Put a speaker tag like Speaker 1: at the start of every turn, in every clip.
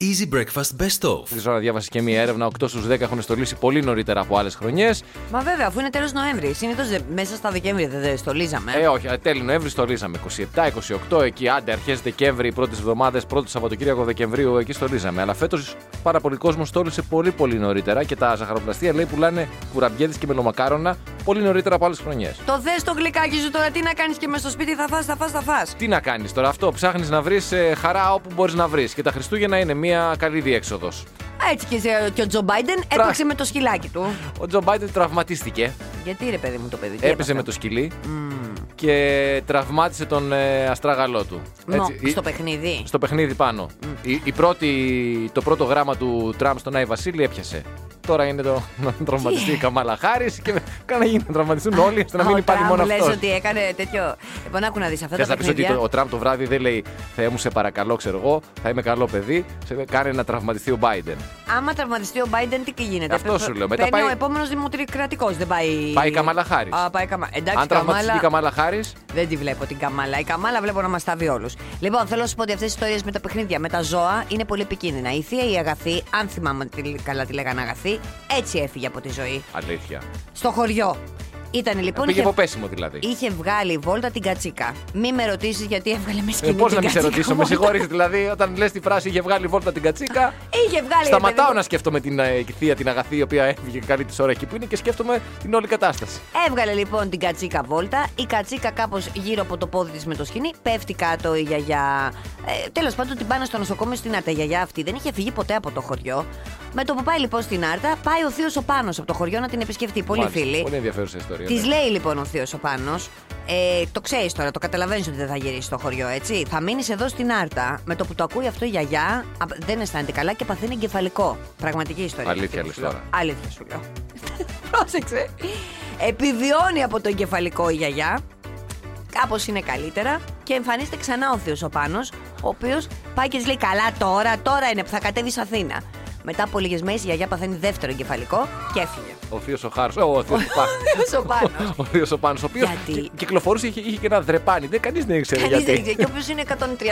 Speaker 1: Easy Breakfast Best Of.
Speaker 2: Τη ώρα διάβασες και μία έρευνα. 8 στου 10 έχουν στολίσει πολύ νωρίτερα από άλλες χρονιές.
Speaker 3: Μα βέβαια, αφού είναι τέλος Νοέμβρη. Συνήθως μέσα στα Δεκέμβρη δεν δε στολίζαμε.
Speaker 2: Ε, όχι, τέλη Νοέμβρη στολίζαμε. 27, 28, εκεί άντε, αρχέ Δεκέμβρη, πρώτες εβδομάδες, πρώτο Σαββατοκύριακο Δεκεμβρίου, εκεί στολίζαμε. Αλλά φέτος πάρα πολύ κόσμος στόλισε πολύ πολύ νωρίτερα και τα ζαχαροπλαστεία λέει πουλάνε κουραμπιέδες και μελομακάρονα πολύ νωρίτερα από άλλες χρονιές.
Speaker 3: Το δες το γλυκάκι σου τώρα, τι να κάνεις και μες στο σπίτι θα φας, θα φας, θα φας.
Speaker 2: Τι να κάνεις τώρα, αυτό ψάχνεις να βρεις χαρά όπου μπορείς να βρεις. Και τα Χριστούγεννα είναι μία καλή διέξοδος.
Speaker 3: Έτσι και, σε- και ο Τζο Μπάιντεν έπαιξε με το σκυλάκι του.
Speaker 2: Ο Τζο Μπάιντεν τραυματίστηκε.
Speaker 3: Γιατί ρε παιδί μου το παιδί. τι
Speaker 2: Έπαιζε
Speaker 3: έπαθε?
Speaker 2: με το σκυλί και τραυμάτισε τον ε, αστράγαλό του.
Speaker 3: Νο,
Speaker 2: Έτσι,
Speaker 3: στο
Speaker 2: η-
Speaker 3: παιχνίδι.
Speaker 2: στο παιχνίδι πάνω. Η, η πρώτη, το πρώτο γράμμα του Τραμπ στον Άι Βασίλη έπιασε. Τώρα είναι το να τραυματιστεί η Καμάλα Χάρη και κάνα γίνει να τραυματιστούν όλοι ώστε να μην υπάρχει μόνο
Speaker 3: Λες
Speaker 2: αυτός.
Speaker 3: ότι έκανε τέτοιο. Λοιπόν, άκου να δεις αυτά
Speaker 2: Θες
Speaker 3: τα
Speaker 2: να πεις ότι
Speaker 3: παιχνίδια.
Speaker 2: το- ο Τραμπ το βράδυ δεν λέει Θεέ μου, σε παρακαλώ, ξέρω εγώ, θα είμαι καλό παιδί, σε, κάνε να τραυματιστεί ο Biden.
Speaker 3: Άμα τραυματιστεί ο Μπάιντεν, τι και γίνεται.
Speaker 2: Αυτό
Speaker 3: Πε-
Speaker 2: σου λέω. Μετά
Speaker 3: παίρνει
Speaker 2: πάει-
Speaker 3: ο επόμενο δημοκρατικό. Δεν πάει.
Speaker 2: Πάει η Καμάλα Χάρις.
Speaker 3: Α, πάει η Καμα... Εντάξει,
Speaker 2: Αν τραυματιστεί η
Speaker 3: Καμάλα-
Speaker 2: Καμάλα Χάρη,
Speaker 3: Δεν τη βλέπω την Καμάλα. Η Καμάλα βλέπω να μας τάβει όλους. Λοιπόν, θέλω να σου πω ότι αυτές οι ιστορίες με τα παιχνίδια, με τα ζώα είναι πολύ επικίνδυνα. Η θεία η Αγαθή, αν θυμάμαι τη- καλά τη λέγανε Αγαθή, έτσι έφυγε από τη ζωή.
Speaker 2: αλήθεια.
Speaker 3: Στο χωριό. Ήταν λοιπόν.
Speaker 2: Πήγε
Speaker 3: είχε-
Speaker 2: από πέσιμο δηλαδή.
Speaker 3: Είχε βγάλει βόλτα την κατσίκα. Μη με ρωτήσεις γιατί έβγαλε μες
Speaker 2: Ε,
Speaker 3: σκηνή.
Speaker 2: Πώ
Speaker 3: την
Speaker 2: να μην σε
Speaker 3: κατσίκα
Speaker 2: ρωτήσω, με
Speaker 3: βόλτα.
Speaker 2: συγχωρείς. Δηλαδή, όταν λες τη φράση είχε βγάλει βόλτα την κατσίκα.
Speaker 3: Ε, Είχε βγάλει. ρε παιδί
Speaker 2: Σταματάω
Speaker 3: μου.
Speaker 2: να σκέφτομαι την ε, θεία, την αγαθή, η οποία έφυγε καλή της ώρα εκεί που είναι και σκέφτομαι την όλη κατάσταση.
Speaker 3: Έβγαλε λοιπόν την κατσίκα βόλτα. Η κατσίκα κάπως γύρω από το πόδι της με το σκηνή. Πέφτει κάτω η γιαγιά. Ε, Τέλος πάντων την πάνε στο νοσοκομείο στην Άρτα. Η γιαγιά αυτή δεν είχε φύγει ποτέ από το χωριό. Με το που πάει λοιπόν στην Άρτα, πάει ο Θείος ο Πάνος από το χωριό να την επισκεφτεί. Πολύ
Speaker 2: Μάλιστα.
Speaker 3: φίλη.
Speaker 2: Πολύ ενδιαφέρουσα ιστορία.
Speaker 3: Της
Speaker 2: ναι.
Speaker 3: λέει λοιπόν ο Θείος ο Πάνος, ε, το ξέρεις τώρα, το καταλαβαίνεις ότι δεν θα γυρίσεις στο χωριό, έτσι. Θα μείνεις εδώ στην Άρτα. Με το που το ακούει αυτό η γιαγιά, απ- δεν αισθάνεται καλά και παθαίνει εγκεφαλικό. Πραγματική ιστορία.
Speaker 2: Αλήθεια
Speaker 3: αυτή που σου
Speaker 2: λες
Speaker 3: λέω.
Speaker 2: τώρα.
Speaker 3: Αλήθεια σου λέω. Πρόσεξε. Επιβιώνει από το εγκεφαλικό η γιαγιά. Κάπως είναι καλύτερα και εμφανίζεται ξανά ο Θείος ο Πάνος, ο οποίος πάει και της λέει: Καλά τώρα, τώρα είναι που θα κατέβεις Αθήνα. Μετά από λίγες μέρες η γιαγιά παθαίνει δεύτερο εγκεφαλικό και έφυγε.
Speaker 2: Ο Θείος ο Χάρος. Ο Θείο
Speaker 3: Θείος ο Πάνος.
Speaker 2: Ο Θείος ο Πάνος. Ο οποίος
Speaker 3: Γιατί?
Speaker 2: κυκλοφορούσε, είχε, είχε και ένα δρεπάνι. Δεν κανείς δεν ήξερε
Speaker 3: Κανείς δεν
Speaker 2: γιατί.
Speaker 3: ξέρει. Και όποιο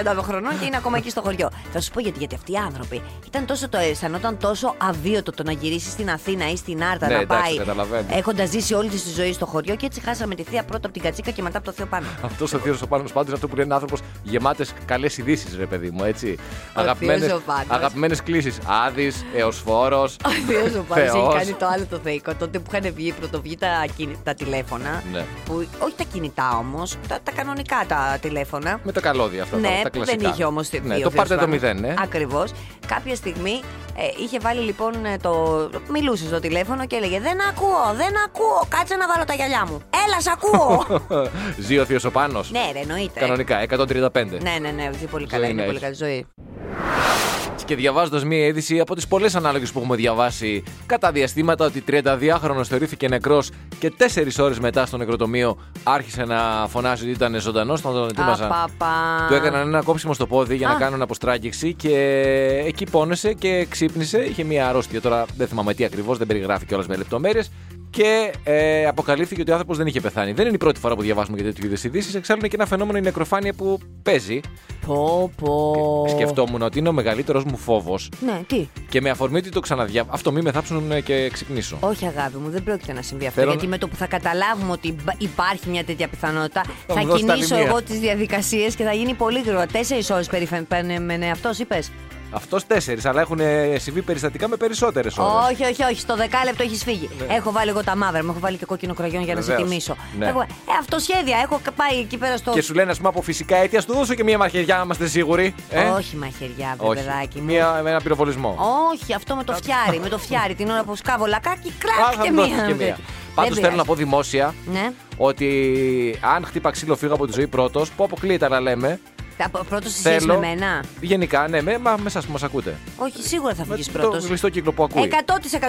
Speaker 3: είναι 132 χρονών και είναι ακόμα εκεί στο χωριό. Θα σου πω γιατί, γιατί αυτοί οι άνθρωποι ήταν τόσο το αισθανόταν τόσο αβίωτο το να γυρίσει στην Αθήνα ή στην Άρτα
Speaker 2: Ναι,
Speaker 3: να
Speaker 2: εντάξει,
Speaker 3: πάει.
Speaker 2: καταλαβαίνω.
Speaker 3: Έχοντας ζήσει όλη της τη ζωή στο χωριό και έτσι χάσαμε τη θεία πρώτα από την κατσίκα και μετά από το θείο πάνω.
Speaker 2: Αυτός ο Θείος ο Πάνος πάντως είναι αυτό που λένε άνθρωπος γεμάτες καλές ειδήσεις, ρε παιδί μου, έτσι.
Speaker 3: Θείος ο Πάνος.
Speaker 2: Αγαπημένες κλήσεις. Άδης, εωσφόρο.
Speaker 3: Ο θείο ο Πάνος έχει κάνει το άλλο το θεϊκό. Τότε που είχαν βγει πρωτοβγεί τα, κινη- τα τηλέφωνα.
Speaker 2: Ναι.
Speaker 3: Που, όχι τα κινητά όμως, τα, τα κανονικά τα τηλέφωνα.
Speaker 2: Με τα καλώδια αυτά.
Speaker 3: ναι,
Speaker 2: τα, τα
Speaker 3: που
Speaker 2: κλασικά.
Speaker 3: δεν είχε όμως τη
Speaker 2: Ναι, το πάρτε το μηδέν, ναι.
Speaker 3: Ακριβώς. Κάποια στιγμή ε, είχε βάλει λοιπόν ε, το. Μιλούσε στο τηλέφωνο και έλεγε Δεν ακούω, δεν ακούω. Κάτσε να βάλω τα γυαλιά μου. Έλα, σ' ακούω.
Speaker 2: Ζει ο Θείο ο Πάνος.
Speaker 3: ναι, ρε, εννοείται.
Speaker 2: Κανονικά, 135.
Speaker 3: Ναι, ναι, ναι, ζει πολύ καλά.
Speaker 2: Ζωή
Speaker 3: Είναι
Speaker 2: να
Speaker 3: πολύ
Speaker 2: έχει.
Speaker 3: καλή ζωή.
Speaker 2: Και διαβάζοντας μία είδηση από τις πολλές ανάλογες που έχουμε διαβάσει κατά διαστήματα ότι 32χρονο θεωρήθηκε νεκρός και 4 ώρες μετά στο νεκροτομείο άρχισε να φωνάζει ότι ήταν ζωντανός. Τον τον ετοίμαζαν.
Speaker 3: Απαπα.
Speaker 2: Του έκαναν ένα κόψιμο στο πόδι για να
Speaker 3: Α.
Speaker 2: κάνουν αποστράγγιξη και εκεί πόνεσε και ξύπνησε. Είχε μία αρρώστια. Τώρα δεν θυμάμαι τι ακριβώς, δεν περιγράφει κιόλας με λεπτομέρειες. Και ε, αποκαλύφθηκε ότι ο άνθρωπος δεν είχε πεθάνει. Δεν είναι η πρώτη φορά που διαβάζουμε για τέτοιου είδους ειδήσεις. Εξάλλου είναι και ένα φαινόμενο η νεκροφάνεια που παίζει.
Speaker 3: Πω, πω.
Speaker 2: Σκεφτόμουν ότι είναι ο μεγαλύτερος μου φόβος
Speaker 3: Ναι, τι.
Speaker 2: και με αφορμή ότι το ξαναδιάβασα. Αυτό μη με θάψουν ε, και ξυπνήσω.
Speaker 3: Όχι, αγάπη μου, δεν πρόκειται να συμβεί αυτό.
Speaker 2: Θέλω
Speaker 3: γιατί
Speaker 2: να-
Speaker 3: με το που θα καταλάβουμε ότι μπα- υπάρχει μια τέτοια πιθανότητα, θα,
Speaker 2: μου δώσει τα
Speaker 3: κινήσω
Speaker 2: λιμία.
Speaker 3: εγώ τις διαδικασίες και θα γίνει πολύ γρήγορα. Τέσσερις ώρες περιφανεμένε αυτός, είπες.
Speaker 2: Αυτός τέσσερις, αλλά έχουν ε, συμβεί περιστατικά με περισσότερες ώρες.
Speaker 3: Όχι, όχι, όχι. Στο δεκάλεπτο έχεις φύγει. Έχω βάλει εγώ τα μαύρα, μου έχω βάλει και κόκκινο κραγιόν για να σε
Speaker 2: Ναι. Βεβαίως.
Speaker 3: τιμήσω.
Speaker 2: Ναι.
Speaker 3: Έχω... Ε, αυτοσχέδια. Έχω πάει εκεί πέρα στο.
Speaker 2: Και σου λένε, ας πούμε, από φυσικά αίτια, ας του δώσω και μία μαχαιριά, να είμαστε σίγουροι. Ε?
Speaker 3: Όχι μαχαιριά, βρε παιδάκι μου.
Speaker 2: Μία, με ένα πυροβολισμό.
Speaker 3: Όχι, αυτό με το φτιάρι. με το φτιάρι την ώρα που σκάβω λακάκι,
Speaker 2: Α,
Speaker 3: κράκ
Speaker 2: θα
Speaker 3: και
Speaker 2: μου δώσεις
Speaker 3: μία.
Speaker 2: και μία. Πάντως θέλω να πω δημόσια
Speaker 3: Ναι.
Speaker 2: ότι αν χτύπα ξύλο φύγω από τη ζωή πρώτος, που αποκλείεται, αλλά λέμε.
Speaker 3: Πρώτος εσύ
Speaker 2: Θέλω.
Speaker 3: με μένα.
Speaker 2: Γενικά, ναι, με, μα μέσα που μας ακούτε.
Speaker 3: Όχι, σίγουρα θα
Speaker 2: Με
Speaker 3: βγεις
Speaker 2: το
Speaker 3: πρώτος.
Speaker 2: κλειστό κύκλο που ακούει.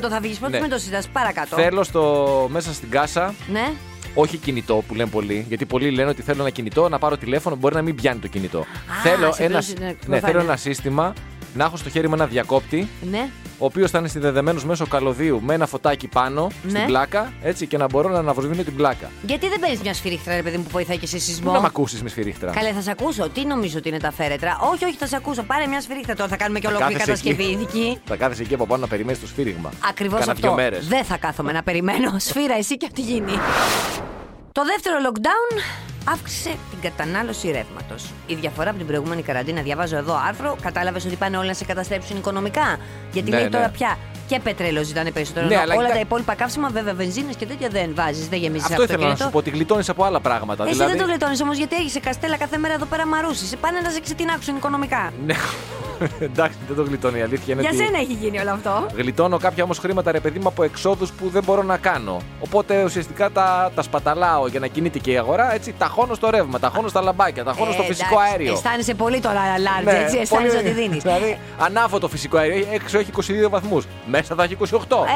Speaker 3: 100% θα βγει πρώτο,
Speaker 2: Ναι.
Speaker 3: μην το συζητάς παρακάτω.
Speaker 2: Θέλω στο, μέσα στην κάσα
Speaker 3: Ναι.
Speaker 2: Όχι κινητό που λένε πολλοί, γιατί πολλοί λένε ότι θέλω ένα κινητό, να πάρω τηλέφωνο, μπορεί να μην πιάνει το κινητό. θέλω,
Speaker 3: σε
Speaker 2: ένα,
Speaker 3: πλούσιο είναι
Speaker 2: ναι,
Speaker 3: εκπροφανή.
Speaker 2: θέλω ένα σύστημα να έχω στο χέρι μου ένα διακόπτη,
Speaker 3: Ναι.
Speaker 2: ο οποίος θα είναι συνδεδεμένος μέσω καλωδίου με ένα φωτάκι πάνω
Speaker 3: Ναι.
Speaker 2: στην πλάκα, έτσι, και να μπορώ να αναβοσβήνω την πλάκα.
Speaker 3: Γιατί δεν παίρνεις μια σφυρίχτρα, ρε παιδί μου, που βοηθάει και σε σεισμό.
Speaker 2: Μην να με ακούσεις με σφυρίχτρα.
Speaker 3: Καλέ, θα σε ακούσω. Τι νομίζω ότι είναι τα φέρετρα. Όχι, όχι, θα σε ακούσω. Πάρε μια σφυρίχτρα τώρα. Θα κάνουμε και
Speaker 2: Θα
Speaker 3: ολόκληρη
Speaker 2: κάθεσαι εκεί.
Speaker 3: κατασκευή ειδική.
Speaker 2: Θα κάθεσαι εκεί από πάνω να περιμένεις το σφύριγμα.
Speaker 3: Ακριβώς
Speaker 2: Κάνα
Speaker 3: αυτό.
Speaker 2: δύο μέρες.
Speaker 3: Δεν θα κάθομαι να περιμένω. Σφύρα, εσύ και ό,τι γίνει. Το δεύτερο lockdown αύξησε την κατανάλωση ρεύματος. Η διαφορά από την προηγούμενη καραντίνα, διαβάζω εδώ άρθρο, κατάλαβες ότι πάνε όλοι να σε καταστρέψουν οικονομικά. Γιατί
Speaker 2: Ναι,
Speaker 3: λέει τώρα
Speaker 2: ναι.
Speaker 3: πια και πετρέλαιο ζητάνε περισσότερο.
Speaker 2: Ναι,
Speaker 3: ενώ
Speaker 2: αλλά
Speaker 3: όλα
Speaker 2: κοιτά-
Speaker 3: τα υπόλοιπα καύσιμα, βέβαια βενζίνες και τέτοια δεν βάζεις, δεν γεμίζεις
Speaker 2: Αυτό ήθελα να
Speaker 3: αυτοκίνητο.
Speaker 2: σου πω, ότι γλιτώνεις από άλλα πράγματα.
Speaker 3: Εσύ
Speaker 2: δηλαδή...
Speaker 3: δεν το γλιτώνεις όμως γιατί έχεις καστέλα κάθε μέρα εδώ πέρα μαρούσει. Σε πάνε να σε ξετινάξουν οικονομικά.
Speaker 2: Ναι, εντάξει, δεν το γλιτώνει. Η αλήθεια είναι
Speaker 3: Για
Speaker 2: ότι.
Speaker 3: σένα έχει γίνει όλο αυτό.
Speaker 2: Γλιτώνω κάποια όμως χρήματα, ρε παιδί μου, από εξόδους που δεν μπορώ να κάνω. Οπότε ουσιαστικά τα, τα σπαταλάω για να κινείται και η αγορά. Έτσι, ταχώνω στο ρεύμα, ταχώνω στα λαμπάκια, ταχώνω στο
Speaker 3: Ε,
Speaker 2: φυσικό
Speaker 3: εντάξει,
Speaker 2: αέριο.
Speaker 3: Αισθάνεσαι πολύ τώρα large,
Speaker 2: Ναι,
Speaker 3: έτσι. Αισθάνεσαι
Speaker 2: πολύ-
Speaker 3: ότι δίνεις.
Speaker 2: Δηλαδή, ανάβω το φυσικό αέριο, έξω έχει 22 βαθμούς. Μέσα θα έχει 28.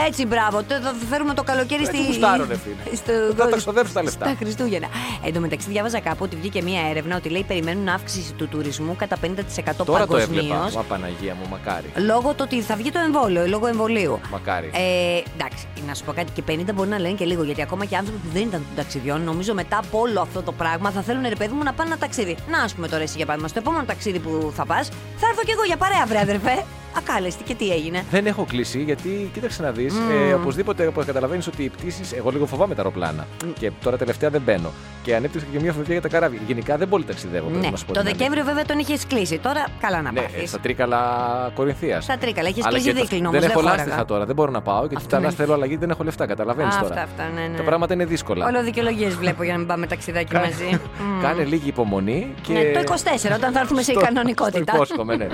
Speaker 3: Έτσι, μπράβο. Τε- Θα φέρουμε το καλοκαίρι στη.
Speaker 2: Έτσι γουστάρω, Ε, ρε φίλε.
Speaker 3: στο-
Speaker 2: Θα τα ξοδέψω τα λεφτά.
Speaker 3: Στα Χριστούγεννα. Ε, εν τω μεταξύ, διάβαζα κάπου ότι βγήκε μία έρευνα ότι λέει περιμένουν αύξηση του τουρισμού κατά 50%
Speaker 2: Τώρα το έβλεπα.
Speaker 3: παγκοσμίω.
Speaker 2: Μα Παναγία μου, μακάρι.
Speaker 3: Λόγω του ότι θα βγει το εμβόλιο, λόγω εμβολίου.
Speaker 2: Μακάρι.
Speaker 3: Ε, εντάξει, να σου πω κάτι και 50 μπορεί να λένε και λίγο γιατί ακόμα και άνθρωποι που δεν ήταν των ταξιδιών, νομίζω μετά από όλο αυτό το πράγμα θα θέλουν ρε παιδί μου να πάνε ένα ταξίδι. Να, ας πούμε τώρα εσύ για παράδειγμα, στο επόμενο ταξίδι που θα πας, θα έρθω κι εγώ για παρέα, βρε αδερφέ. Ακάλεστη και τι έγινε.
Speaker 2: Δεν έχω κλείσει γιατί κοίταξε να δεις.
Speaker 3: Μμμ.
Speaker 2: Ε, οπωσδήποτε όπως καταλαβαίνεις ότι οι πτήσεις. Εγώ λίγο φοβάμαι τα αεροπλάνα. Και τώρα τελευταία δεν μπαίνω. Και ανέπτυξα και μια φοβία για τα καράβια. Γενικά δεν πολύ ταξιδεύω. πρέπει
Speaker 3: Ναι,
Speaker 2: να σου πω
Speaker 3: το
Speaker 2: την αλήθεια.
Speaker 3: Δεκέμβριο βέβαια τον είχες κλείσει. Τώρα καλά να
Speaker 2: Ναι,
Speaker 3: πάθεις.
Speaker 2: ε, στα τρίκαλα Κορινθίας.
Speaker 3: Στα τρίκαλα. Έχεις
Speaker 2: Αλλά
Speaker 3: κλείσει
Speaker 2: και τα-
Speaker 3: δίκλινο όμως,
Speaker 2: Δεν έχω
Speaker 3: δεν
Speaker 2: λάστιχα
Speaker 3: χώραγα.
Speaker 2: τώρα, δεν μπορώ να πάω γιατί
Speaker 3: Αυτό
Speaker 2: τα
Speaker 3: είναι.
Speaker 2: λάστιχα θέλω αλλαγή, δεν έχω λεφτά. Καταλαβαίνεις
Speaker 3: Α,
Speaker 2: τώρα.
Speaker 3: αυτά, αυτά, ναι, ναι.
Speaker 2: Τα πράγματα είναι δύσκολα.
Speaker 3: Όλο δικαιολογίε βλέπω για να μην πάμε ταξιδάκι
Speaker 2: Κα-
Speaker 3: μαζί. Μμμ.
Speaker 2: Κάνε λίγη υπομονή και.
Speaker 3: Mm. Ναι, το 24, όταν θα έρθουμε σε
Speaker 2: Στο-
Speaker 3: κανονικότητα.
Speaker 2: στο υπόσχομαι, ναι.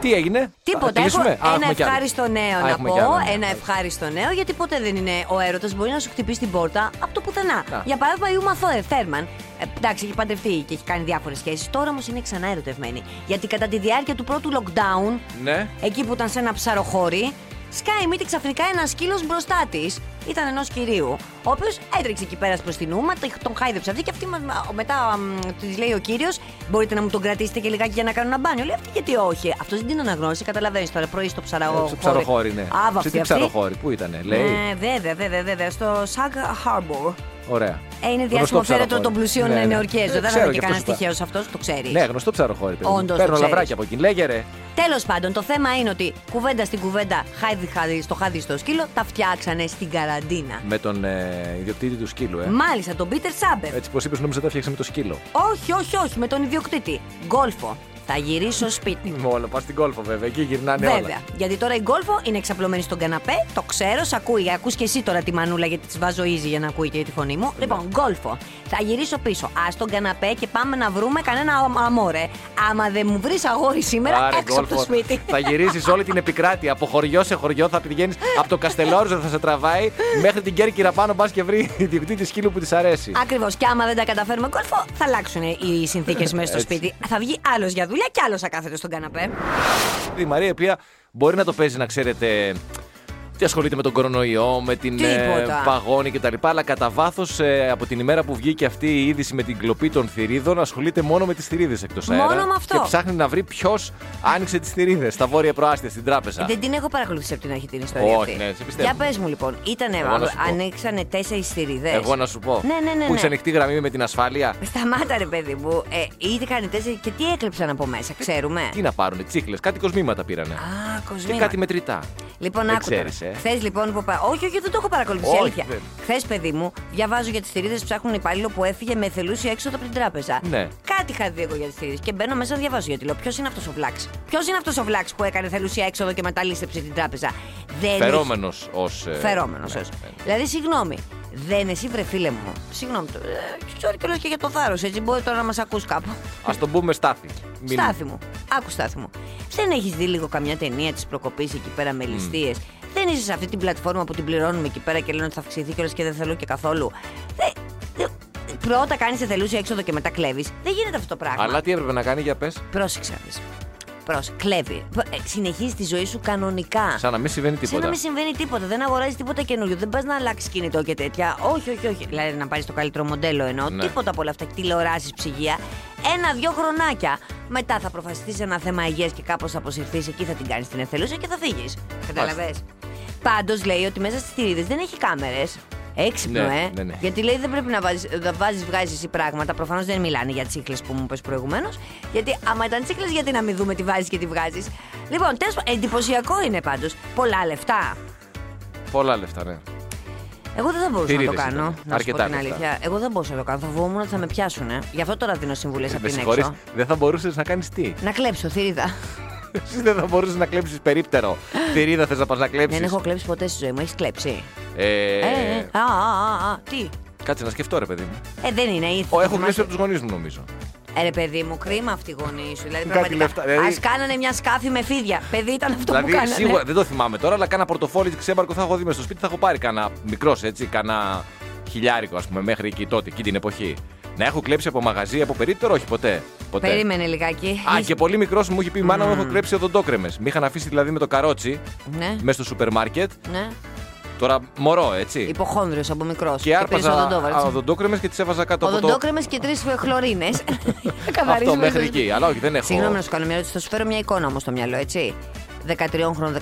Speaker 2: Τι έγινε,
Speaker 3: Τίποτα.
Speaker 2: θα
Speaker 3: Έχω
Speaker 2: κλείσουμε? Α,
Speaker 3: ένα
Speaker 2: έχουμε κι άλλο.
Speaker 3: ευχάριστο νέο
Speaker 2: Α,
Speaker 3: να
Speaker 2: έχουμε κι άλλο,
Speaker 3: πω.
Speaker 2: ναι.
Speaker 3: Ένα ευχάριστο νέο, γιατί ποτέ δεν είναι ο έρωτας. Μπορεί να σου χτυπήσει την πόρτα από το πουθενά.
Speaker 2: Να.
Speaker 3: Για παράδειγμα, η Ούμα Θόε, Θέρμαν. Ε, εντάξει, έχει παντρευτεί και έχει κάνει διάφορες σχέσεις. Τώρα όμως είναι ξανά ερωτευμένη. Γιατί κατά τη διάρκεια του πρώτου lockdown,
Speaker 2: Ναι.
Speaker 3: εκεί που ήταν σε ένα ψαροχώρι, σκάει μύτη ξαφνικά ένας σκύλος μπροστά της. Ήταν ενός κυρίου, ο οποίος έτρεξε εκεί πέρα προς την ούμα, τε- τον χάιδεψε αυτή και αυτή μα- μα- μετά της λέει ο κύριος: Μπορείτε να μου τον κρατήσετε και λιγάκι για να κάνω ένα μπάνιο. Λέει αυτή γιατί όχι. Αυτός δεν την αναγνώρισε, καταλαβαίνεις τώρα, πρωί στο ψαροχώρι.
Speaker 2: Στο ψαροχώρι, Ε, ναι.
Speaker 3: Άβαυτη
Speaker 2: Σε τι
Speaker 3: αυτή.
Speaker 2: ψαροχώρι, πού ήτανε, λέει.
Speaker 3: Ναι, βέβαια, βέβαια, βέβαια, στο Sag Harbor.
Speaker 2: Ωραία.
Speaker 3: Ε, είναι
Speaker 2: Γνωστό
Speaker 3: διάσημο φέρετρο
Speaker 2: ψαροχώρι.
Speaker 3: των πλουσίων
Speaker 2: Ναι, ναι.
Speaker 3: Νεορκέζων.
Speaker 2: Ε,
Speaker 3: Δεν θα
Speaker 2: ξέρω
Speaker 3: είναι και
Speaker 2: κι αυτό σου
Speaker 3: κανένα
Speaker 2: είπα.
Speaker 3: τυχαίο αυτός, το ξέρεις.
Speaker 2: Ναι, γνωστό ψαροχώρι. παιδί μου.
Speaker 3: Όντως, το
Speaker 2: Παίρνω
Speaker 3: ξέρεις.
Speaker 2: λαβράκι από εκεί. Λέγε ρε.
Speaker 3: Τέλος πάντων, το θέμα είναι ότι κουβέντα στην κουβέντα, χάδι, χάδι στο χάδι στο σκύλο, τα φτιάξανε στην καραντίνα.
Speaker 2: Με τον ε, ιδιοκτήτη του σκύλου, ε.
Speaker 3: Μάλιστα, τον Πίτερ Σάμπερ.
Speaker 2: Έτσι, πω είπες, νόμιζα τα φτιάξε με το σκύλο.
Speaker 3: Όχι, όχι, όχι, με τον ιδιοκτήτη. Γκόλφο. Θα γυρίσω σπίτι.
Speaker 2: Μόνο, πας στην κόλφο βέβαια, εκεί γυρνάνε
Speaker 3: Βέβαια.
Speaker 2: Ναι, όλα.
Speaker 3: Γιατί τώρα η γκόλφο είναι εξαπλωμένη στον καναπέ. Το ξέρω, σ' ακούει. Ακούς και εσύ τώρα τη μανούλα γιατί της βάζω easy για να ακούει και τη φωνή μου. Λοιπόν, γκόλφο. Θα γυρίσω πίσω. Α τον καναπέ και πάμε να βρούμε κανένα αμ- αμόρε. Άμα δεν μου βρεις αγόρι σήμερα,
Speaker 2: Άρε,
Speaker 3: έξω από το
Speaker 2: γκολφο,
Speaker 3: σπίτι.
Speaker 2: Θα γυρίσεις όλη την επικράτεια. Από χωριό σε χωριό θα πηγαίνεις. από το Καστελόριζο θα σε τραβάει. Μέχρι την Κέρκυρα πάνω πας και βρει ιδιοκτήτη σκύλου που της αρέσει.
Speaker 3: Ακριβώς. Και άμα δεν τα καταφέρουμε κόλφο, θα αλλάξουν οι συνθήκες μέσα στο
Speaker 2: Έτσι.
Speaker 3: σπίτι. Θα βγει άλλος για δουλειά και άλλο ακάθετο στον καναπέ.
Speaker 2: Η Μαρία, η οποία μπορεί να το παίζει, να ξέρετε. Τι ασχολείται με τον κορονοϊό, με την
Speaker 3: Τίποτα.
Speaker 2: παγόνη κτλ. Αλλά κατά βάθος από την ημέρα που βγήκε αυτή η είδηση με την κλοπή των θηρίδων, ασχολείται μόνο με τις θηρίδες εκτός
Speaker 3: Μόνο
Speaker 2: αέρα.
Speaker 3: με αυτό.
Speaker 2: Και ψάχνει να βρει ποιος άνοιξε τις θηρίδες στα βόρεια προάστια στην τράπεζα.
Speaker 3: Δεν την έχω παρακολουθήσει από την αρχή την ιστορία.
Speaker 2: Όχι,
Speaker 3: αυτή.
Speaker 2: ναι, σε πιστεύω.
Speaker 3: Για πες μου λοιπόν, ήτανε,
Speaker 2: Εγώ να σου πω.
Speaker 3: ανοίξανε τέσσερις θηριδέ.
Speaker 2: Εγώ να σου πω.
Speaker 3: Ναι, ναι, ναι.
Speaker 2: Που έχει
Speaker 3: ναι.
Speaker 2: ανοιχτή γραμμή με την ασφάλεια.
Speaker 3: Σταμάτα ρε παιδί μου. Ε, είχαν τέσσερις και τι έκλεψαν από μέσα, ξέρουμε.
Speaker 2: Ε, Τι να πάρουνε, τσίχλες, κάτι κοσμήματα πήρανε.
Speaker 3: Α, ναι.
Speaker 2: Και
Speaker 3: κοσμήμα.
Speaker 2: κάτι μετρητά.
Speaker 3: Λοιπόν,
Speaker 2: Δεν
Speaker 3: άκου τώρα.
Speaker 2: ξέρεις, ε.
Speaker 3: Χθες, λοιπόν που πα... Όχι, όχι, δεν το έχω παρακολουθήσει.
Speaker 2: Όχι,
Speaker 3: αλήθεια.
Speaker 2: δεν.
Speaker 3: Χθες, παιδί μου, διαβάζω για τις θηρίδες που ψάχνουν υπάλληλο που έφυγε με θελούσια έξοδο από την τράπεζα.
Speaker 2: Ναι.
Speaker 3: Κάτι είχα δει εγώ για τις θηρίδες. Και μπαίνω μέσα να διαβάζω γιατί λέω: Ποιος είναι αυτός ο βλάξ. Ποιος είναι αυτός ο βλάξ που έκανε θελούσια έξοδο και μετά λύστεψε την τράπεζα. Δεν
Speaker 2: Φερόμενος ως.
Speaker 3: Φερόμενος.
Speaker 2: ναι.
Speaker 3: Δηλαδή, συγγνώμη. Δεν εσύ, βρε φίλε μου. Συγγνώμη. το- Ε, sorry κιόλας και για το θάρρος, έτσι. Μπορεί τώρα να μας ακούς κάπου.
Speaker 2: Ας τον πούμε στάθη. Μην-
Speaker 3: ε. Στάθη μου. Άκου, Στάθη μου. Δεν έχεις δει λίγο καμιά ταινία της προκοπής εκεί πέρα με ληστείες. Δεν είσαι σε αυτή την πλατφόρμα που την πληρώνουμε εκεί πέρα και λένε ότι θα αυξηθεί κιόλας και δεν θέλω και καθόλου. Δε, δε, πρώτα κάνεις θελούσια έξοδο και μετά κλέβεις. Δεν γίνεται αυτό το πράγμα.
Speaker 2: Αλλά τι έπρεπε να κάνει για πες.
Speaker 3: Πρόσεξε να δεις. Προς, κλέβει. Ε, Συνεχίζεις τη ζωή σου κανονικά.
Speaker 2: Σαν να μην συμβαίνει
Speaker 3: Σαν να
Speaker 2: τίποτα.
Speaker 3: μην συμβαίνει τίποτα. Δεν αγοράζεις τίποτα καινούριο. Δεν πας να αλλάξεις κινητό και τέτοια. Όχι, όχι, όχι. Δηλαδή να πάρεις το καλύτερο μοντέλο εννοώ.
Speaker 2: Ναι.
Speaker 3: Τίποτα από όλα αυτά. Τηλεοράσεις, ψυγεία. Ένα-δυο χρονάκια. Μετά θα προφασιστεί σε ένα θέμα υγείας και κάπως θα αποσυρθείς. Εκεί θα την κάνεις την εθελούσια και θα φύγεις. Καταλαβέ. Πάντως λέει ότι μέσα στις θηρίδες δεν έχει κάμερες. Έξυπνο,
Speaker 2: Ναι,
Speaker 3: ε.
Speaker 2: ναι, ναι.
Speaker 3: Γιατί λέει δεν πρέπει να βάζεις, να βάζεις, βγάζεις εσύ πράγματα. Προφανώς δεν μιλάνε για τσίχλες που μου πες προηγουμένως. Γιατί άμα ήταν τσίχλες, γιατί να μην δούμε τι βάζεις και τι βγάζεις. Λοιπόν, τέλος πάντων, εντυπωσιακό είναι πάντως. Πολλά λεφτά.
Speaker 2: Πολλά λεφτά, ναι.
Speaker 3: Εγώ δεν θα μπορούσα να
Speaker 2: Θηρίδες
Speaker 3: το κάνω.
Speaker 2: ήταν.
Speaker 3: Να σου πω
Speaker 2: Αρκετά
Speaker 3: την
Speaker 2: λεφτά.
Speaker 3: αλήθεια. Εγώ δεν μπορούσα να το κάνω. Θα φοβόμουν ότι θα με πιάσουν. ε. Γι' αυτό τώρα δίνω συμβουλές απ'
Speaker 2: Ε, Με
Speaker 3: την
Speaker 2: συγχωρείς,
Speaker 3: έξω.
Speaker 2: δεν θα μπορούσες να κάνεις τι.
Speaker 3: Να κλέψω, θηρίδα.
Speaker 2: Εσύ δεν θα μπορούσες να κλέψεις περίπτερο. Θηρίδα θες να πας να κλέψεις.
Speaker 3: Δεν έχω κλέψει ποτέ στη ζωή μου. Έχεις κλέψει.
Speaker 2: Ε,
Speaker 3: Ε, ε. Α, α, α, α. Τι.
Speaker 2: Κάτσε να σκεφτώ, ρε παιδί μου.
Speaker 3: Ε, δεν είναι ήθο.
Speaker 2: Ω, έχω κλέψει από τους γονείς μου, νομίζω.
Speaker 3: Ε, ρε παιδί μου, κρίμα αυτή η γονή σου. Δηλαδή,
Speaker 2: Κάτι
Speaker 3: πραγματικά.
Speaker 2: λεφτά, δηλαδή-
Speaker 3: Ας κάνανε μια σκάφη με φίδια. Παιδί ήταν αυτό που
Speaker 2: δηλαδή,
Speaker 3: κάνανε.
Speaker 2: σίγουρα δεν το θυμάμαι τώρα, αλλά κάνα πορτοφόλι ξέμπαρκο θα έχω δει με στο σπίτι, θα έχω πάρει κανένα μικρός έτσι, κανένα χιλιάρικο, ας πούμε, μέχρι εκεί τότε, εκεί την εποχή. Να έχω κλέψει από μαγαζί, από περίπτερο, όχι ποτέ. ποτέ.
Speaker 3: Περίμενε λιγάκι.
Speaker 2: Α,
Speaker 3: Είσαι-
Speaker 2: και πολύ μικρός μου είχε πει η μάνα μου έχω κλέψει οδοντόκρεμε. Με είχαν αφήσει δηλαδή με το καρότσι
Speaker 3: Ναι,
Speaker 2: μέσα στο σούπερ μάρκετ.
Speaker 3: ναι.
Speaker 2: Τώρα μωρό, έτσι.
Speaker 3: Υποχόνδριο από μικρός.
Speaker 2: Και άρπαζα οδοντόκρεμες και τις έβαζα κάτω από το.
Speaker 3: Οδοντόκρεμες και τρεις χλωρίνες.
Speaker 2: Αυτό μέχρι εκεί. Αλλά όχι, δεν έχω.
Speaker 3: Συγγνώμη να σου κάνω μια ερώτηση. Θα σου φέρω μια εικόνα όμως στο μυαλό, έτσι. 13 χρόνων,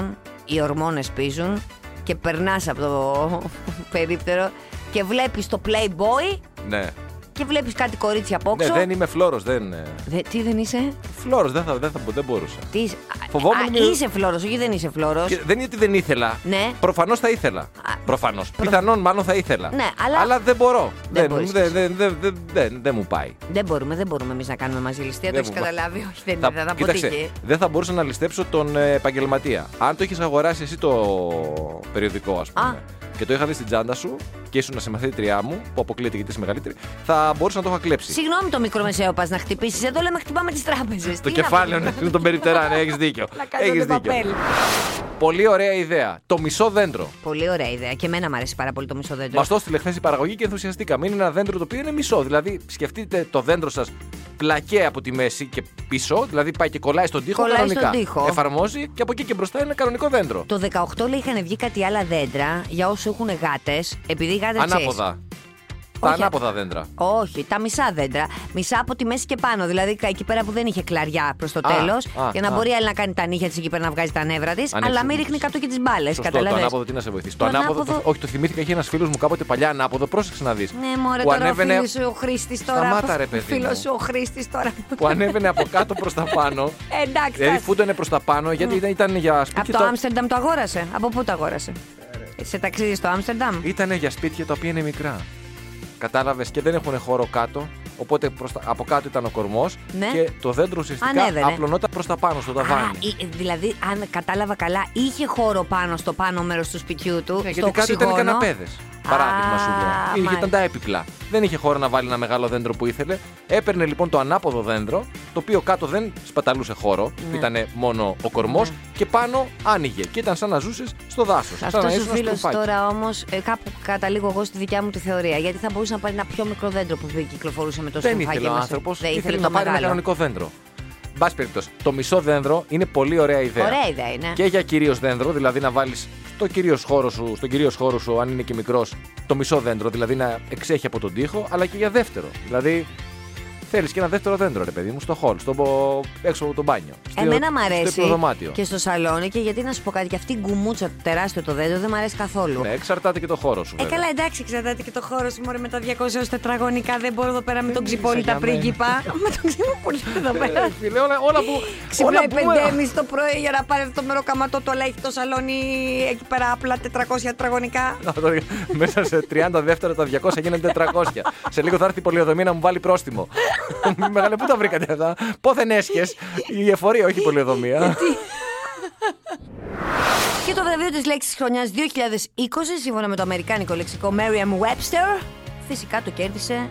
Speaker 3: 14, οι ορμόνες πίζουν και περνάς από το περίπτερο και βλέπεις το Playboy
Speaker 2: Ναι.
Speaker 3: και βλέπεις κάτι κορίτσι από
Speaker 2: ναι,
Speaker 3: όξω.
Speaker 2: δεν είμαι φλόρος. Δεν,
Speaker 3: Δε- τι δεν είσαι.
Speaker 2: φλόρος, δεν, θα, δεν, θα, δεν μπορούσα.
Speaker 3: Τι είσαι.
Speaker 2: Φοβόμουν
Speaker 3: Α,
Speaker 2: με-
Speaker 3: είσαι φλόρος, όχι δεν είσαι φλόρος.
Speaker 2: Και δεν είναι ότι δεν ήθελα.
Speaker 3: Ναι.
Speaker 2: Προφανώς θα ήθελα. Προφανώ. Πιθανόν μάλλον θα ήθελα.
Speaker 3: Ναι, αλλά-
Speaker 2: δεν μπορώ.
Speaker 3: Δεν
Speaker 2: δεν,
Speaker 3: μπορείς.
Speaker 2: δεν, δεν, δεν, δεν, δεν, δεν μου πάει.
Speaker 3: Δεν μπορούμε, δεν μπορούμε εμείς να κάνουμε μαζί ληστεία. Το
Speaker 2: Δεν
Speaker 3: έχεις
Speaker 2: μπορούμε.
Speaker 3: καταλάβει. Όχι, δεν
Speaker 2: Θα-
Speaker 3: είναι. Ε, Θα αποτύχει.
Speaker 2: κοίταξε, δεν θα μπορούσα να ληστέψω τον ε, επαγγελματία. Αν το είχε αγοράσει εσύ το περιοδικό, ας πούμε,
Speaker 3: Α.
Speaker 2: και το είχα δει στην τσάντα σου και ήσουν σε μαθήτριά μου, που αποκλείεται γιατί είσαι μεγαλύτερη, θα μπορούσα να το είχα κλέψει.
Speaker 3: Συγγνώμη το μικρό πας να χτυπήσεις. Εδώ λέμε χτυπάμε τις τράπεζες.
Speaker 2: Το κεφάλαιο να είναι τον περιπτερά, ναι, έχεις δίκιο.
Speaker 3: Να
Speaker 2: Έχεις
Speaker 3: κάνουμε
Speaker 2: δίκιο.
Speaker 3: παπέλ.
Speaker 2: Πολύ ωραία ιδέα. Το μισό δέντρο.
Speaker 3: Πολύ ωραία ιδέα. Και εμένα μου αρέσει πάρα πολύ το μισό δέντρο.
Speaker 2: Μας το έστειλε χθες η παραγωγή και ενθουσιαστήκαμε. Είναι ένα δέντρο το οποίο είναι μισό. Δηλαδή, σκεφτείτε το δέντρο σας πλακέ από τη μέση και πίσω, δηλαδή πάει και κολλάει στον τοίχο
Speaker 3: Κολλάει
Speaker 2: κανονικά.
Speaker 3: στον τοίχο.
Speaker 2: Εφαρμόζει και από εκεί και μπροστά είναι ένα κανονικό δέντρο.
Speaker 3: Το 18 λέει είχαν βγει κάτι άλλα δέντρα για όσους έχουν γάτες. Επειδή οι γάτες
Speaker 2: Ανάποδα. Τα
Speaker 3: Όχι.
Speaker 2: ανάποδα δέντρα.
Speaker 3: Όχι, τα μισά δέντρα. Μισά από τη μέση και πάνω. Δηλαδή κα- εκεί πέρα που δεν είχε κλαριά προς το
Speaker 2: Α,
Speaker 3: τέλος.
Speaker 2: α,
Speaker 3: Για να
Speaker 2: α.
Speaker 3: μπορεί η άλλη να κάνει τα νύχια της εκεί πέρα να βγάζει τα νεύρα της.
Speaker 2: Αν
Speaker 3: Αλλά
Speaker 2: έχει-
Speaker 3: μην ρίχνει κάτω και τις μπάλες.
Speaker 2: Σωστό, το ανάποδο τι να σε βοηθήσει. Το,
Speaker 3: Το
Speaker 2: ανάποδο. το-
Speaker 3: ανάποδο-
Speaker 2: όχι, το θυμήθηκα, είχε ένας φίλος μου κάποτε παλιά ανάποδο, πρόσεξε να δεις.
Speaker 3: Ναι, μωρέ,
Speaker 2: που,
Speaker 3: τώρα ο
Speaker 2: ανέβαινε,
Speaker 3: φίλος σου ο Χρήστης τώρα.
Speaker 2: Σταμάτα, ρε, παιδί
Speaker 3: Φίλος
Speaker 2: μου.
Speaker 3: σου ο Χρήστης τώρα. Ε,
Speaker 2: που ανέβαινε από κάτω προς τα πάνω. δηλαδή
Speaker 3: Εντάξει. εντάξει. Ναι.
Speaker 2: φούντωνε προς τα πάνω γιατί ήταν, ήταν για
Speaker 3: Από
Speaker 2: σπίτια.
Speaker 3: το
Speaker 2: τα-
Speaker 3: Άμστερνταμ το αγόρασε. Από πού το αγόρασε. Σε ταξίδι στο Άμστερνταμ.
Speaker 2: Ήταν για σπίτια τα οποία είναι μικρά. Κατάλαβες και δεν έχουν χώρο κάτω. Οπότε προς τα- από κάτω ήταν ο κορμός
Speaker 3: Ναι.
Speaker 2: και το δέντρο ουσιαστικά
Speaker 3: Ανέβαινε.
Speaker 2: απλωνόταν προς τα πάνω στο
Speaker 3: Α,
Speaker 2: ταβάνι.
Speaker 3: ε, δηλαδή, αν κατάλαβα καλά, είχε χώρο πάνω στο πάνω μέρος του σπιτιού του.
Speaker 2: Ναι,
Speaker 3: στο
Speaker 2: γιατί κάτω ήταν οι
Speaker 3: οξυγόνο.
Speaker 2: καναπέδες. Παράδειγμα
Speaker 3: Α,
Speaker 2: σου λέω. Ή-
Speaker 3: μάλιστα.
Speaker 2: Ήταν τα έπιπλα. Δεν είχε χώρο να βάλει ένα μεγάλο δέντρο που ήθελε. Έπαιρνε λοιπόν το ανάποδο δέντρο, το οποίο κάτω δεν σπαταλούσε χώρο.
Speaker 3: Ναι.
Speaker 2: Ήταν μόνο ο κορμός και πάνω άνοιγε. Και ήταν σαν να ζούσες στο δάσος.
Speaker 3: Αυτό ο φίλο τώρα όμως, κάπου καταλήγω εγώ στη δικιά μου τη θεωρία. Γιατί θα μπορούσε να πάρει ένα πιο μικρό δέντρο που κυκλοφορούσε με το
Speaker 2: Δεν
Speaker 3: στουφάκι
Speaker 2: ήθελε ο
Speaker 3: μας.
Speaker 2: άνθρωπος.
Speaker 3: Δεν ήθελε,
Speaker 2: Ήθελε
Speaker 3: το
Speaker 2: να πάρει ένα
Speaker 3: μεγάλο.
Speaker 2: κανονικό δέντρο. Εν πάση περιπτώσει, το μισό δέντρο είναι πολύ ωραία ιδέα.
Speaker 3: Ωραία ιδέα είναι.
Speaker 2: Και για κυρίως δέντρο, δηλαδή να βάλεις στο κυρίως χώρο σου, στον κυρίως χώρο σου, αν είναι και μικρός, το μισό δέντρο, δηλαδή να εξέχει από τον τοίχο, αλλά και για δεύτερο. Δηλαδή θέλεις και ένα δεύτερο δέντρο, ρε παιδί μου, στο χολ, στο, μπο- έξω από το μπάνιο. στο-
Speaker 3: Ε, Εμένα μ'
Speaker 2: Στο
Speaker 3: αρέσει
Speaker 2: υπνοδωμάτιο.
Speaker 3: και στο σαλόνι και γιατί να σου πω κάτι, και αυτή η γκουμούτσα το τεράστιο το δέντρο δεν μ' αρέσει καθόλου.
Speaker 2: Ναι, εξαρτάται και το χώρο σου.
Speaker 3: Ε,
Speaker 2: βέβαια.
Speaker 3: καλά, εντάξει, εξαρτάται και το χώρο σου. Μωρέ, με τα 200 έως τετραγωνικά δεν μπορώ εδώ πέρα με τον
Speaker 2: μίλησα
Speaker 3: ξυπόλι τα
Speaker 2: για μένα.
Speaker 3: πρίγκιπα. με τον ξυπόλι εδώ
Speaker 2: Ε,
Speaker 3: πέρα.
Speaker 2: Φίλε, όλα, όλα που. όλα
Speaker 3: Ξυπνάει
Speaker 2: που-
Speaker 3: 5.30 το πρωί για να πάρει αυτό το μεροκαματό το αλλά έχει το σαλόνι εκεί πέρα απλά 400 τετραγωνικά.
Speaker 2: Να το- Μέσα σε 30 δεύτερα τα 200 γίνονται 400. σε λίγο θα έρθει η πολιοδομή να μου βάλει πρόστιμο. Μεγάλε, πού τα βρήκατε αυτά. Πόθεν έσχες. Η εφορία, όχι η πολιοδομία.
Speaker 3: Και το βραβείο της λέξης χρονιάς 2020, σύμφωνα με το αμερικάνικο λεξικό Merriam Webster, φυσικά το κέρδισε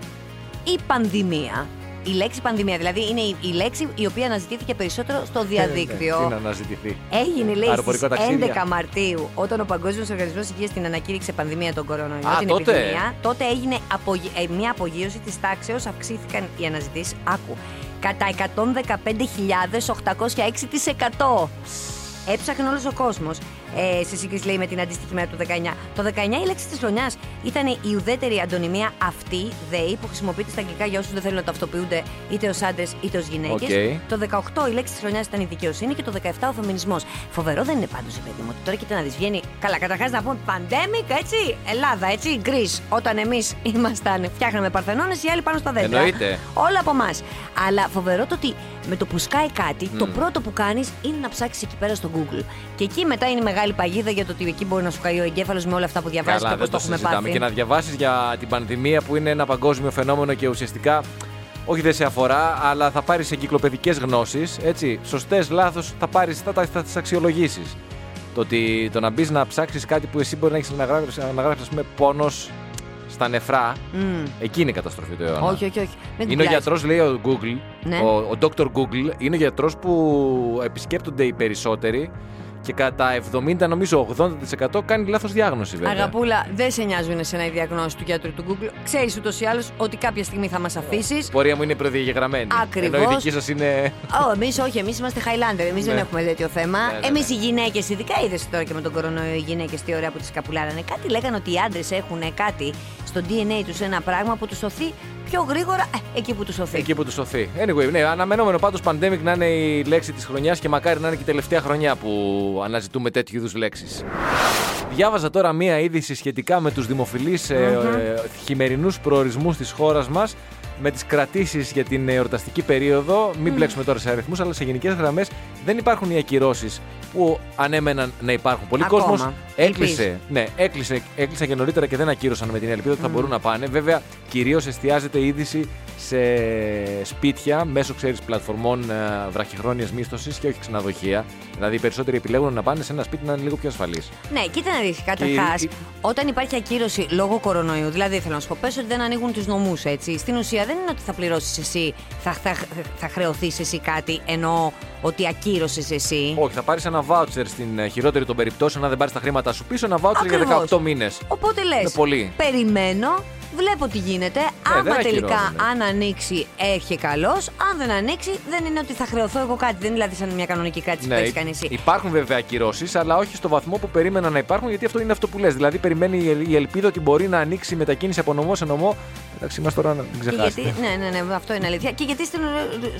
Speaker 3: η πανδημία. Η λέξη πανδημία, δηλαδή είναι η, η λέξη η οποία αναζητήθηκε περισσότερο στο διαδίκτυο.
Speaker 2: Ναι, Ε, Τι να αναζητηθεί.
Speaker 3: Έγινε, λέει, στι
Speaker 2: Αεροπορικό ταξίδι.
Speaker 3: 11 Μαρτίου, όταν ο Παγκόσμιος Οργανισμός Υγείας την ανακήρυξε πανδημία των κορονοϊών.
Speaker 2: Α,
Speaker 3: την
Speaker 2: τότε.
Speaker 3: Επιδημία, τότε έγινε απογε- ε, μια απογείωση της τάξεως, αυξήθηκαν οι αναζητήσεις. Άκου. κατά 115.806%. Έψαχνε όλος ο κόσμος. Ε, σε σύγκριση λέει με την αντίστοιχη μέρα του 19. Το 19 η λέξη της χρονιάς ήταν η ουδέτερη αντωνυμία αυτή, ΔΕΗ, που χρησιμοποιείται στα αγγλικά για όσους δεν θέλουν να ταυτοποιούνται είτε ως άντρες είτε ως γυναίκες.
Speaker 2: Οκ.
Speaker 3: Το 18 η λέξη της χρονιάς ήταν η δικαιοσύνη και το 17 ο φεμινισμός. Φοβερό δεν είναι πάντως, παιδί μου. ότι Τώρα κοίτα να δεις, βγαίνει. Καλά, καταρχάς να πούμε pandemic, έτσι. Ελλάδα, έτσι. Γκρι. Όταν εμείς ήμασταν, φτιάχναμε παρθενώνες, οι άλλοι πάνω στα δέντρα.
Speaker 2: Εννοείται.
Speaker 3: Όλα από εμάς. Αλλά φοβερό το ότι με το που σκάει κάτι, το πρώτο που κάνεις είναι να ψάξεις εκεί πέρα στο Google. Και εκεί μετά είναι η μεγάλη παγίδα για το ότι εκεί μπορεί να σου καεί ο εγκέφαλος με όλα αυτά που διαβάζεις και
Speaker 2: Καλά,
Speaker 3: όπω
Speaker 2: δεν
Speaker 3: το
Speaker 2: το
Speaker 3: έχουμε
Speaker 2: συζητάμε.
Speaker 3: πάθει.
Speaker 2: Και να διαβάσεις για την πανδημία που είναι ένα παγκόσμιο φαινόμενο και ουσιαστικά όχι δεν σε αφορά, αλλά θα πάρεις εγκυκλοπαιδικές γνώσεις. Έτσι, σωστές, λάθος, θα, πάρεις, θα, τα- θα τις αξιολογήσεις. Το, ότι, το να μπεις να ψάξεις κάτι που εσύ μπορεί να έχεις να γράψει, να γράψεις, ας πούμε, πόνος στα νεφρά,
Speaker 3: Μμμ.
Speaker 2: εκεί είναι η καταστροφή του αιώνα.
Speaker 3: Όχι, όχι, όχι. Μην
Speaker 2: Είναι ο
Speaker 3: κουμπιάζεις.
Speaker 2: γιατρός, λέει ο Google.
Speaker 3: Ναι.
Speaker 2: Ο, ο Dr. Google είναι ο γιατρός που επισκέπτονται οι περισσότεροι και κατά 70, νομίζω 80% κάνει λάθος διάγνωση, βέβαια.
Speaker 3: Αγαπούλα, δεν σε νοιάζουν εσένα οι διαγνώσεις του γιατρού του Google. Ξέρεις ούτως ή άλλως ότι κάποια στιγμή θα μας αφήσεις.
Speaker 2: Η πορεία μου είναι προδιαγεγραμμένη.
Speaker 3: Ακριβώς.
Speaker 2: Ενώ η δική σας είναι.
Speaker 3: Ω, εμείς όχι, εμείς είμαστε Highlander. Εμείς δεν
Speaker 2: Ναι.
Speaker 3: έχουμε τέτοιο θέμα.
Speaker 2: Ναι, ναι, ναι.
Speaker 3: Εμείς οι γυναίκες, ειδικά είδες τώρα και με τον κορονοϊό, οι γυναίκε τι ωραία που τις καπουλάρανε. Κάτι λέγανε ότι οι άντρες έχουν κάτι στο DNA τους ένα πράγμα που τους σωθεί πιο γρήγορα ε, εκεί που του σωθεί.
Speaker 2: εκεί που του σωθεί. Anyway, ναι, αναμενόμενο πάντως pandemic να είναι η λέξη της χρονιάς και μακάρι να είναι και η τελευταία χρονιά που αναζητούμε τέτοιου είδους λέξεις. Διάβαζα τώρα μία είδηση σχετικά με ε, του δημοφιλεί χειμερινούς προορισμούς της χώρας μας με τις κρατήσεις για την εορταστική περίοδο. Μην μπλέξουμε τώρα σε αριθμούς, αλλά σε γενικές γραμμές δεν υπάρχουν οι ακυρώσεις που ανέμεναν να υπάρχουν. Πολλοί
Speaker 3: Ακόμα.
Speaker 2: κόσμος έκλεισε
Speaker 3: Ελπίζει.
Speaker 2: ναι, έκλεισε, έκλεισαν και νωρίτερα και δεν ακύρωσαν με την ελπίδα ότι θα μπορούν να πάνε. Βέβαια, κυρίως εστιάζεται η είδηση σε σπίτια μέσω ξέρεις πλατφορμών ε, βραχυχρόνιας μίσθωσης και όχι ξενοδοχεία. Δηλαδή, οι περισσότεροι επιλέγουν να πάνε σε ένα σπίτι να είναι λίγο πιο ασφαλή.
Speaker 3: Ναι, κοίτα να δεις, καταρχάς,
Speaker 2: Και η-
Speaker 3: όταν υπάρχει ακύρωση λόγω κορονοϊού, δηλαδή θέλω να σου πω, πες ότι δεν ανοίγουν τους νομούς, έτσι. Στην ουσία δεν είναι ότι θα πληρώσεις εσύ, θα, θα, θα χρεωθείς εσύ κάτι, ενώ ότι ακύρωσες εσύ.
Speaker 2: Όχι, θα πάρεις ένα voucher στην ε, χειρότερη των περιπτώσεων, αν δεν πάρεις τα χρήματά σου πίσω, ένα voucher
Speaker 3: Ακριβώς.
Speaker 2: για 18 μήνες.
Speaker 3: Οπότε λε,
Speaker 2: Είναι πολύ. Ε,
Speaker 3: περιμένω, βλέπω τι γίνεται.
Speaker 2: δεν
Speaker 3: Άμα
Speaker 2: ακυρώνουμε.
Speaker 3: τελικά αν ανοίξει, έρχε καλός. Αν δεν ανοίξει, δεν είναι ότι θα χρεωθώ εγώ κάτι. Δεν είναι δηλαδή σαν μια κανονική κράτηση που έχει κάνει εσύ.
Speaker 2: Ναι, υπάρχουν βέβαια ακυρώσεις, αλλά όχι στο βαθμό που περίμενα να υπάρχουν, γιατί αυτό είναι αυτό που λες. Δηλαδή, περιμένει η ελ- η ελπίδα ότι μπορεί να ανοίξει η μετακίνηση από νομό σε νομό. Εντάξει, μας τώρα να μην
Speaker 3: Και
Speaker 2: ξεχάσετε.
Speaker 3: γιατί, ναι, ναι, ναι, αυτό είναι αλήθεια. Και γιατί στην,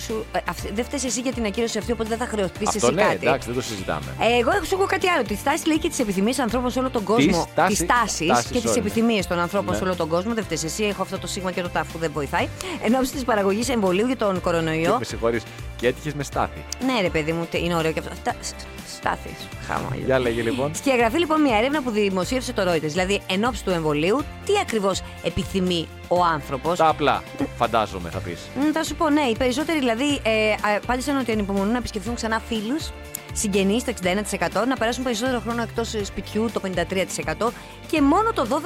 Speaker 3: σου, ε, αυτή- δεν φταίεις εσύ για την ακύρωση αυτή, οπότε δεν θα χρεωθείς
Speaker 2: Αυτό
Speaker 3: εσύ
Speaker 2: ναι,
Speaker 3: κάτι.
Speaker 2: εντάξει, δεν το συζητάμε.
Speaker 3: Ε, εγώ έχω σου πω κάτι άλλο. Τη στάση λέει και τις επιθυμίες ανθρώπων σε όλο τον κόσμο.
Speaker 2: τάση-
Speaker 3: Τις τάσεις
Speaker 2: τάσεις
Speaker 3: και τις
Speaker 2: όλων.
Speaker 3: επιθυμίες των ανθρώπων
Speaker 2: Ναι.
Speaker 3: σε όλο τον κόσμο. Δεν φταίεις εσύ, έχω αυτό το σίγμα και το τάφου, δεν βοηθάει. Εν ώψη της παραγωγής εμβολίου για τον
Speaker 2: Και
Speaker 3: κορονοϊό.
Speaker 2: με συγχωρείς, και έτυχες με στάθη.
Speaker 3: Ναι, ρε παιδί μου, τε- είναι ωραίο και αυτό. Στα, στάθη. Χαμόγελο.
Speaker 2: Για λέγε λοιπόν.
Speaker 3: Σκιαγραφεί λοιπόν μια έρευνα που δημοσίευσε το Reuters. Δηλαδή, εν ώψη του εμβολίου, τι ακριβώς επιθυμεί ο άνθρωπος.
Speaker 2: Τα απλά,
Speaker 3: Ναι.
Speaker 2: φαντάζομαι θα πεις.
Speaker 3: Μ, Θα σου πω, ναι. Οι περισσότεροι δηλαδή ε, απάντησαν ότι ανυπομονούν να επισκεφθούν ξανά φίλους, συγγενείς το 61%, να περάσουν περισσότερο χρόνο εκτός σπιτιού το 53% και μόνο το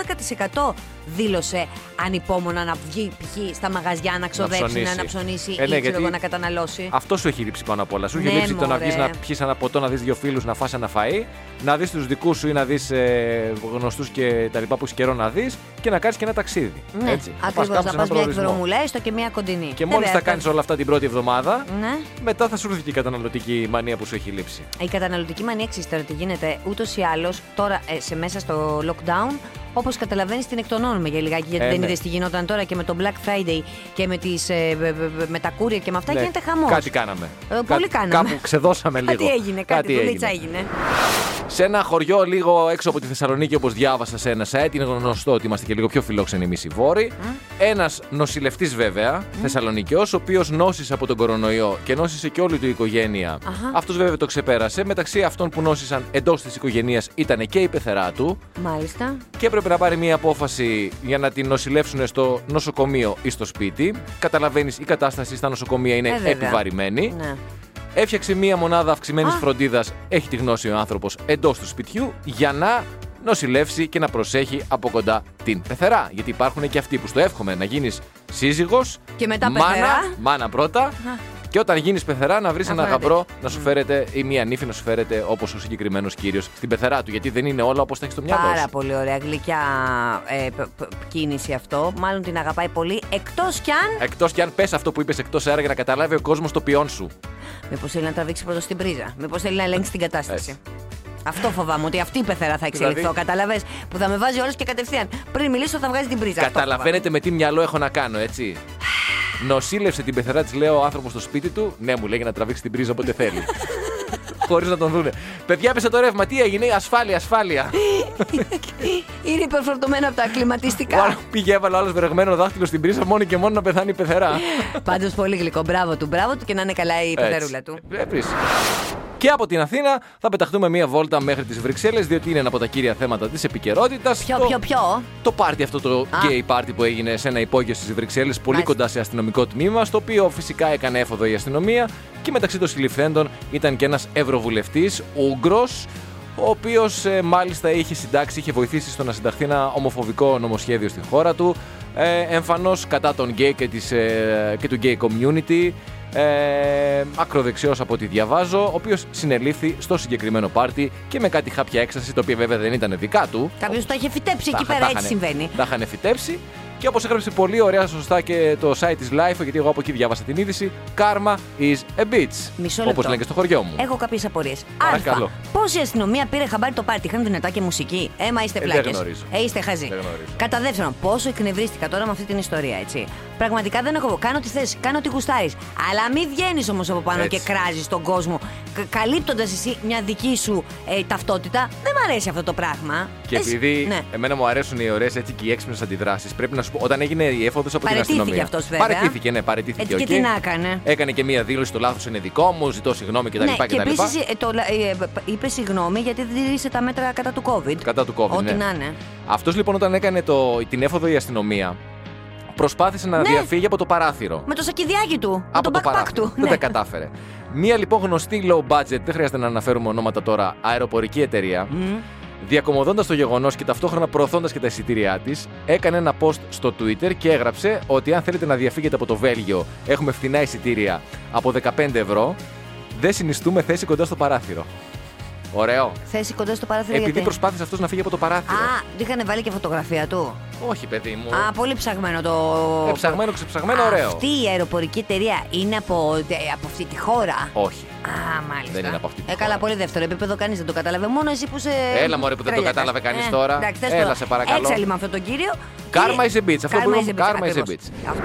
Speaker 3: 12% δήλωσε ανυπόμονα να βγει π.χ. στα μαγαζιά να ξοδέψει, να
Speaker 2: ψωνίσει.
Speaker 3: αναψωνίσει
Speaker 2: Ε, ναι,
Speaker 3: ή ξέρω
Speaker 2: γιατί
Speaker 3: εγώ, να καταναλώσει.
Speaker 2: Αυτό σου έχει λείψει πάνω απ' όλα. Σου έχει
Speaker 3: Ε. Ναι,
Speaker 2: λείψει το να
Speaker 3: μωρέ.
Speaker 2: βγεις να πιεις ένα ποτό, να δεις δύο φίλους, να φας ένα φαΐ, να δεις τους δικούς σου ή να δεις ε, γνωστούς και τα λοιπά που έχει καιρό να δεις και να κάνεις και ένα ταξίδι.
Speaker 3: Ναι,
Speaker 2: Έτσι. πας
Speaker 3: ακριβώ.
Speaker 2: κάπου σε
Speaker 3: Να
Speaker 2: έναν
Speaker 3: πα μια
Speaker 2: προορισμό.
Speaker 3: εκδρομούλα, έστω και μια κοντινή.
Speaker 2: Και
Speaker 3: Δεν
Speaker 2: μόλι τα
Speaker 3: πειράζει.
Speaker 2: κάνει όλα αυτά την πρώτη εβδομάδα,
Speaker 3: Ναι.
Speaker 2: μετά θα σου έρθει και η καταναλωτική μανία που σου έχει λείψει.
Speaker 3: Η καταναλωτική μανία ξέρεις τώρα τι γίνεται. Ούτως ή άλλως, τώρα ε, σε μέσα στο lockdown, όπως καταλαβαίνεις, την εκτονώνουμε για λιγάκι. Γιατί
Speaker 2: Ε,
Speaker 3: δεν
Speaker 2: ναι.
Speaker 3: είδες τι γινόταν τώρα και με τον Black Friday και με, τις, ε, βε- βε- βε- με τα courier και με αυτά. Γίνεται χαμός.
Speaker 2: Ναι. Κάτι κάναμε.
Speaker 3: Ε, πολύ
Speaker 2: Κάτι-
Speaker 3: κάναμε.
Speaker 2: Κάπου ξεδώσαμε λίγο.
Speaker 3: Κάτι έγινε, κάτι, δουλίτσα έγινε.
Speaker 2: Σε ένα χωριό λίγο έξω από τη Θεσσαλονίκη, όπως διάβασα σε ένα site, είναι γνωστό ότι είμαστε και λίγο πιο φιλόξενοι εμείς οι Βόροι. Ένας νοσηλευτής, βέβαια, Θεσσαλονικιός, ο οποίος νόσησε από τον κορονοϊό και νόσησε και όλη του η οικογένεια.
Speaker 3: Αχα.
Speaker 2: Αυτός βέβαια το ξεπέρασε. Μεταξύ αυτών που νόσησαν εντός της οικογένειας ήταν και η πεθερά του
Speaker 3: Μάλιστα.
Speaker 2: και έπρεπε να πάρει μια απόφαση για να την νοσηλεύσουν στο νοσοκομείο ή στο σπίτι. Καταλαβαίνεις, η κατάσταση στα νοσοκομεία είναι
Speaker 3: Ε, βέβαια.
Speaker 2: επιβαρημένη.
Speaker 3: Ναι.
Speaker 2: Έφτιαξε μία μονάδα αυξημένης
Speaker 3: Α.
Speaker 2: φροντίδας, έχει τη γνώση ο άνθρωπος εντός του σπιτιού, για να νοσηλεύσει και να προσέχει από κοντά την πεθερά. Γιατί υπάρχουν και αυτοί που στο εύχομαι να γίνεις σύζυγος.
Speaker 3: Και μετά
Speaker 2: μάνα,
Speaker 3: πεθερά.
Speaker 2: Μάνα πρώτα. Και όταν γίνεις πεθερά, να βρεις
Speaker 3: Να
Speaker 2: ένα
Speaker 3: φωνάζεις.
Speaker 2: γαμπρό να σου φέρεται ή μία νύφη να σου φέρεται όπως ο συγκεκριμένος κύριος στην πεθερά του. Γιατί δεν είναι όλα όπως τα έχεις στο μυαλό
Speaker 3: Πάρα
Speaker 2: σου.
Speaker 3: πολύ ωραία γλυκιά ε, π- π- π- κίνηση αυτό. Μάλλον την αγαπάει πολύ. Εκτός κι αν.
Speaker 2: Εκτός κι αν πες αυτό που είπες εκτός αέρα για να καταλάβει ο κόσμος το ποιόν σου.
Speaker 3: Μήπως θέλει να τραβήξει πρώτα στην πρίζα. Μήπως θέλει να ελέγξει την κατάσταση.
Speaker 2: Έτσι.
Speaker 3: Αυτό φοβάμαι ότι αυτή η πεθερά θα εξελιχθώ.
Speaker 2: Δηλαδή-
Speaker 3: Καταλαβες, που θα με βάζει όλες και κατευθείαν. Πριν μιλήσω, θα βγάζει την πρίζα. Αυτό
Speaker 2: Καταλαβαίνετε με τι μυαλό έχω να κάνω, έτσι. Νοσήλευσε την πεθερά της, λέω ο άνθρωπος στο σπίτι του. Ναι, μου λέει για να τραβήξει την πρίζα όποτε θέλει. Χωρίς να τον δούνε. Παιδιά, πέσε το ρεύμα, τι έγινε, ασφάλεια, ασφάλεια.
Speaker 3: φοβάμαι. Είναι υπερφορτωμένα από τα
Speaker 2: Ο άλλος
Speaker 3: κλιματιστικά.
Speaker 2: Πήγε, έβαλε άλλο βερεγμένο δάχτυλο στην πρίζα μόνο και μόνο να πεθάνει η πεθερά.
Speaker 3: Πάντως πολύ γλυκό. Μπράβο του, μπράβο του και να είναι καλά η πεθερούλα του.
Speaker 2: Έτσι. Βλέπεις. Και από την Αθήνα θα πεταχτούμε μία βόλτα μέχρι τις Βρυξέλλες, διότι είναι ένα από τα κύρια θέματα της επικαιρότητας.
Speaker 3: Ποιο, ποιο, ποιο.
Speaker 2: Το πάρτι αυτό το gay party που έγινε σε ένα υπόγειο στις Βρυξέλλες, πολύ
Speaker 3: Μάλιστα.
Speaker 2: κοντά σε αστυνομικό τμήμα, στο οποίο φυσικά έκανε έφοδο η αστυνομία και μεταξύ των συλληφθέντων ήταν και ένας ευρωβουλευτής, Ούγγρος, ο οποίος μάλιστα είχε συντάξει, είχε βοηθήσει στο να συνταχθεί ένα ομοφοβικό νομοσχέδιο στη χώρα του, ε, εμφανώς κατά των γκέι και, της, ε, και του gay community. Ε, ακροδεξιός από ό,τι διαβάζω, ο οποίος συνελήφθη στο συγκεκριμένο πάρτι και με κάτι χάπια έξαση, το οποίο βέβαια δεν ήταν δικά του,
Speaker 3: Κάποιος το έχει φυτέψει
Speaker 2: τα
Speaker 3: εκεί
Speaker 2: είχα-
Speaker 3: πέρα,
Speaker 2: τα
Speaker 3: έτσι
Speaker 2: είχανε-
Speaker 3: συμβαίνει.
Speaker 2: Τα είχαν φυτέψει. Και όπως έγραψε πολύ ωραία σωστά και το site της Life, γιατί εγώ από εκεί διάβασα την είδηση, Karma is a bitch.
Speaker 3: Μισό λεπτό.
Speaker 2: Όπω λένε και στο χωριό μου.
Speaker 3: Έχω κάποιες απορίες.
Speaker 2: Παρακαλώ.
Speaker 3: Α. Πώς η αστυνομία πήρε χαμπάρι το πάρτι, είχαν δυνατά και μουσική. Έμα είστε
Speaker 2: Ε, δεν
Speaker 3: πλάκε.
Speaker 2: γνωρίζω.
Speaker 3: Ε, είστε χαζοί.
Speaker 2: Δεν γνωρίζω.
Speaker 3: Κατά δεύτερον, πόσο εκνευρίστηκα τώρα με αυτή την ιστορία, έτσι. Πραγματικά δεν έχω. Κάνω τη θέση, κάνω τη γουστάρι. Αλλά μην βγαίνεις όμως από πάνω
Speaker 2: Έτσι.
Speaker 3: και κράζεις τον κόσμο, καλύπτοντας εσύ μια δική σου ε, ταυτότητα. Δεν μ' αρέσει αυτό το πράγμα.
Speaker 2: Και
Speaker 3: Εσύ-
Speaker 2: επειδή
Speaker 3: Ναι.
Speaker 2: εμένα μου αρέσουν οι ωραίες έτσι και οι έξυπνες αντιδράσεις, πρέπει να σου πω, όταν έγινε η έφοδος από την
Speaker 3: Παραιτήθηκε
Speaker 2: αστυνομία.
Speaker 3: αυτός, βέβαια.
Speaker 2: Παραιτήθηκε, ναι, παραιτήθηκε.
Speaker 3: Έτσι, και
Speaker 2: οκ.
Speaker 3: τι να έκανε?
Speaker 2: Έκανε και μία δήλωση, το λάθος είναι δικό μου, ζητώ συγγνώμη κτλ.
Speaker 3: ναι,
Speaker 2: κτλ.
Speaker 3: και επίσης ε, είπε συγγνώμη γιατί δεν τηρήσε τα μέτρα κατά του COVID.
Speaker 2: Κατά του COVID,
Speaker 3: Ό,τι
Speaker 2: ναι.
Speaker 3: να είναι.
Speaker 2: Αυτός λοιπόν όταν έκανε το, την έφοδο η αστυνομία, προσπάθησε να
Speaker 3: Ναι.
Speaker 2: διαφύγει από το παράθυρο.
Speaker 3: Με το σακιδιάκι του. με
Speaker 2: από
Speaker 3: τον
Speaker 2: το
Speaker 3: backpack
Speaker 2: παράθυρο.
Speaker 3: του.
Speaker 2: Δεν
Speaker 3: ναι.
Speaker 2: τα κατάφερε. Μία λοιπόν γνωστή low budget, δεν χρειάζεται να αναφέρουμε ονόματα τώρα, αεροπορική εταιρεία,
Speaker 3: Μμμ.
Speaker 2: διακομωδώντας το γεγονός και ταυτόχρονα προωθώντας και τα εισιτήριά της, έκανε ένα post στο Twitter και έγραψε ότι αν θέλετε να διαφύγετε από το Βέλγιο, έχουμε φθηνά εισιτήρια από 15 ευρώ, δεν συνιστούμε θέση κοντά στο παράθυρο. Ωραίο.
Speaker 3: Θέση κοντά στο παράθυρο
Speaker 2: Επειδή
Speaker 3: γιατί.
Speaker 2: προσπάθησε αυτός να φύγει από το παράθυρο.
Speaker 3: Α, του είχαν βάλει και φωτογραφία του.
Speaker 2: Όχι, παιδί μου.
Speaker 3: Α, πολύ ψαγμένο το.
Speaker 2: Ναι. Ε, ψαγμένο, ξεψαγμένο, ωραίο.
Speaker 3: Αυτή η αεροπορική εταιρεία είναι από, ε, από αυτή τη χώρα.
Speaker 2: Όχι.
Speaker 3: Α, μάλιστα.
Speaker 2: Δεν είναι από αυτή τη
Speaker 3: ε,
Speaker 2: χώρα.
Speaker 3: καλά, πολύ δεύτερο επίπεδο κανείς δεν το κατάλαβε. Μόνο εσύ που σε.
Speaker 2: Έλα, μωρέ, που δεν το
Speaker 3: τρέλιαξες. Ε,
Speaker 2: κατάλαβε κανείς τώρα.
Speaker 3: εντάξει, θες
Speaker 2: Έλα,
Speaker 3: τώρα.
Speaker 2: σε παρακαλώ.
Speaker 3: Έξαλλη με αυτόν τον κύριο.
Speaker 2: Karma
Speaker 3: Και-
Speaker 2: is a bitch. Αυτό
Speaker 3: Karma
Speaker 2: που
Speaker 3: is a
Speaker 2: είπαμε,
Speaker 3: bitch,
Speaker 2: karma is a
Speaker 3: ακριβώς.
Speaker 2: bitch.
Speaker 3: Αυτό.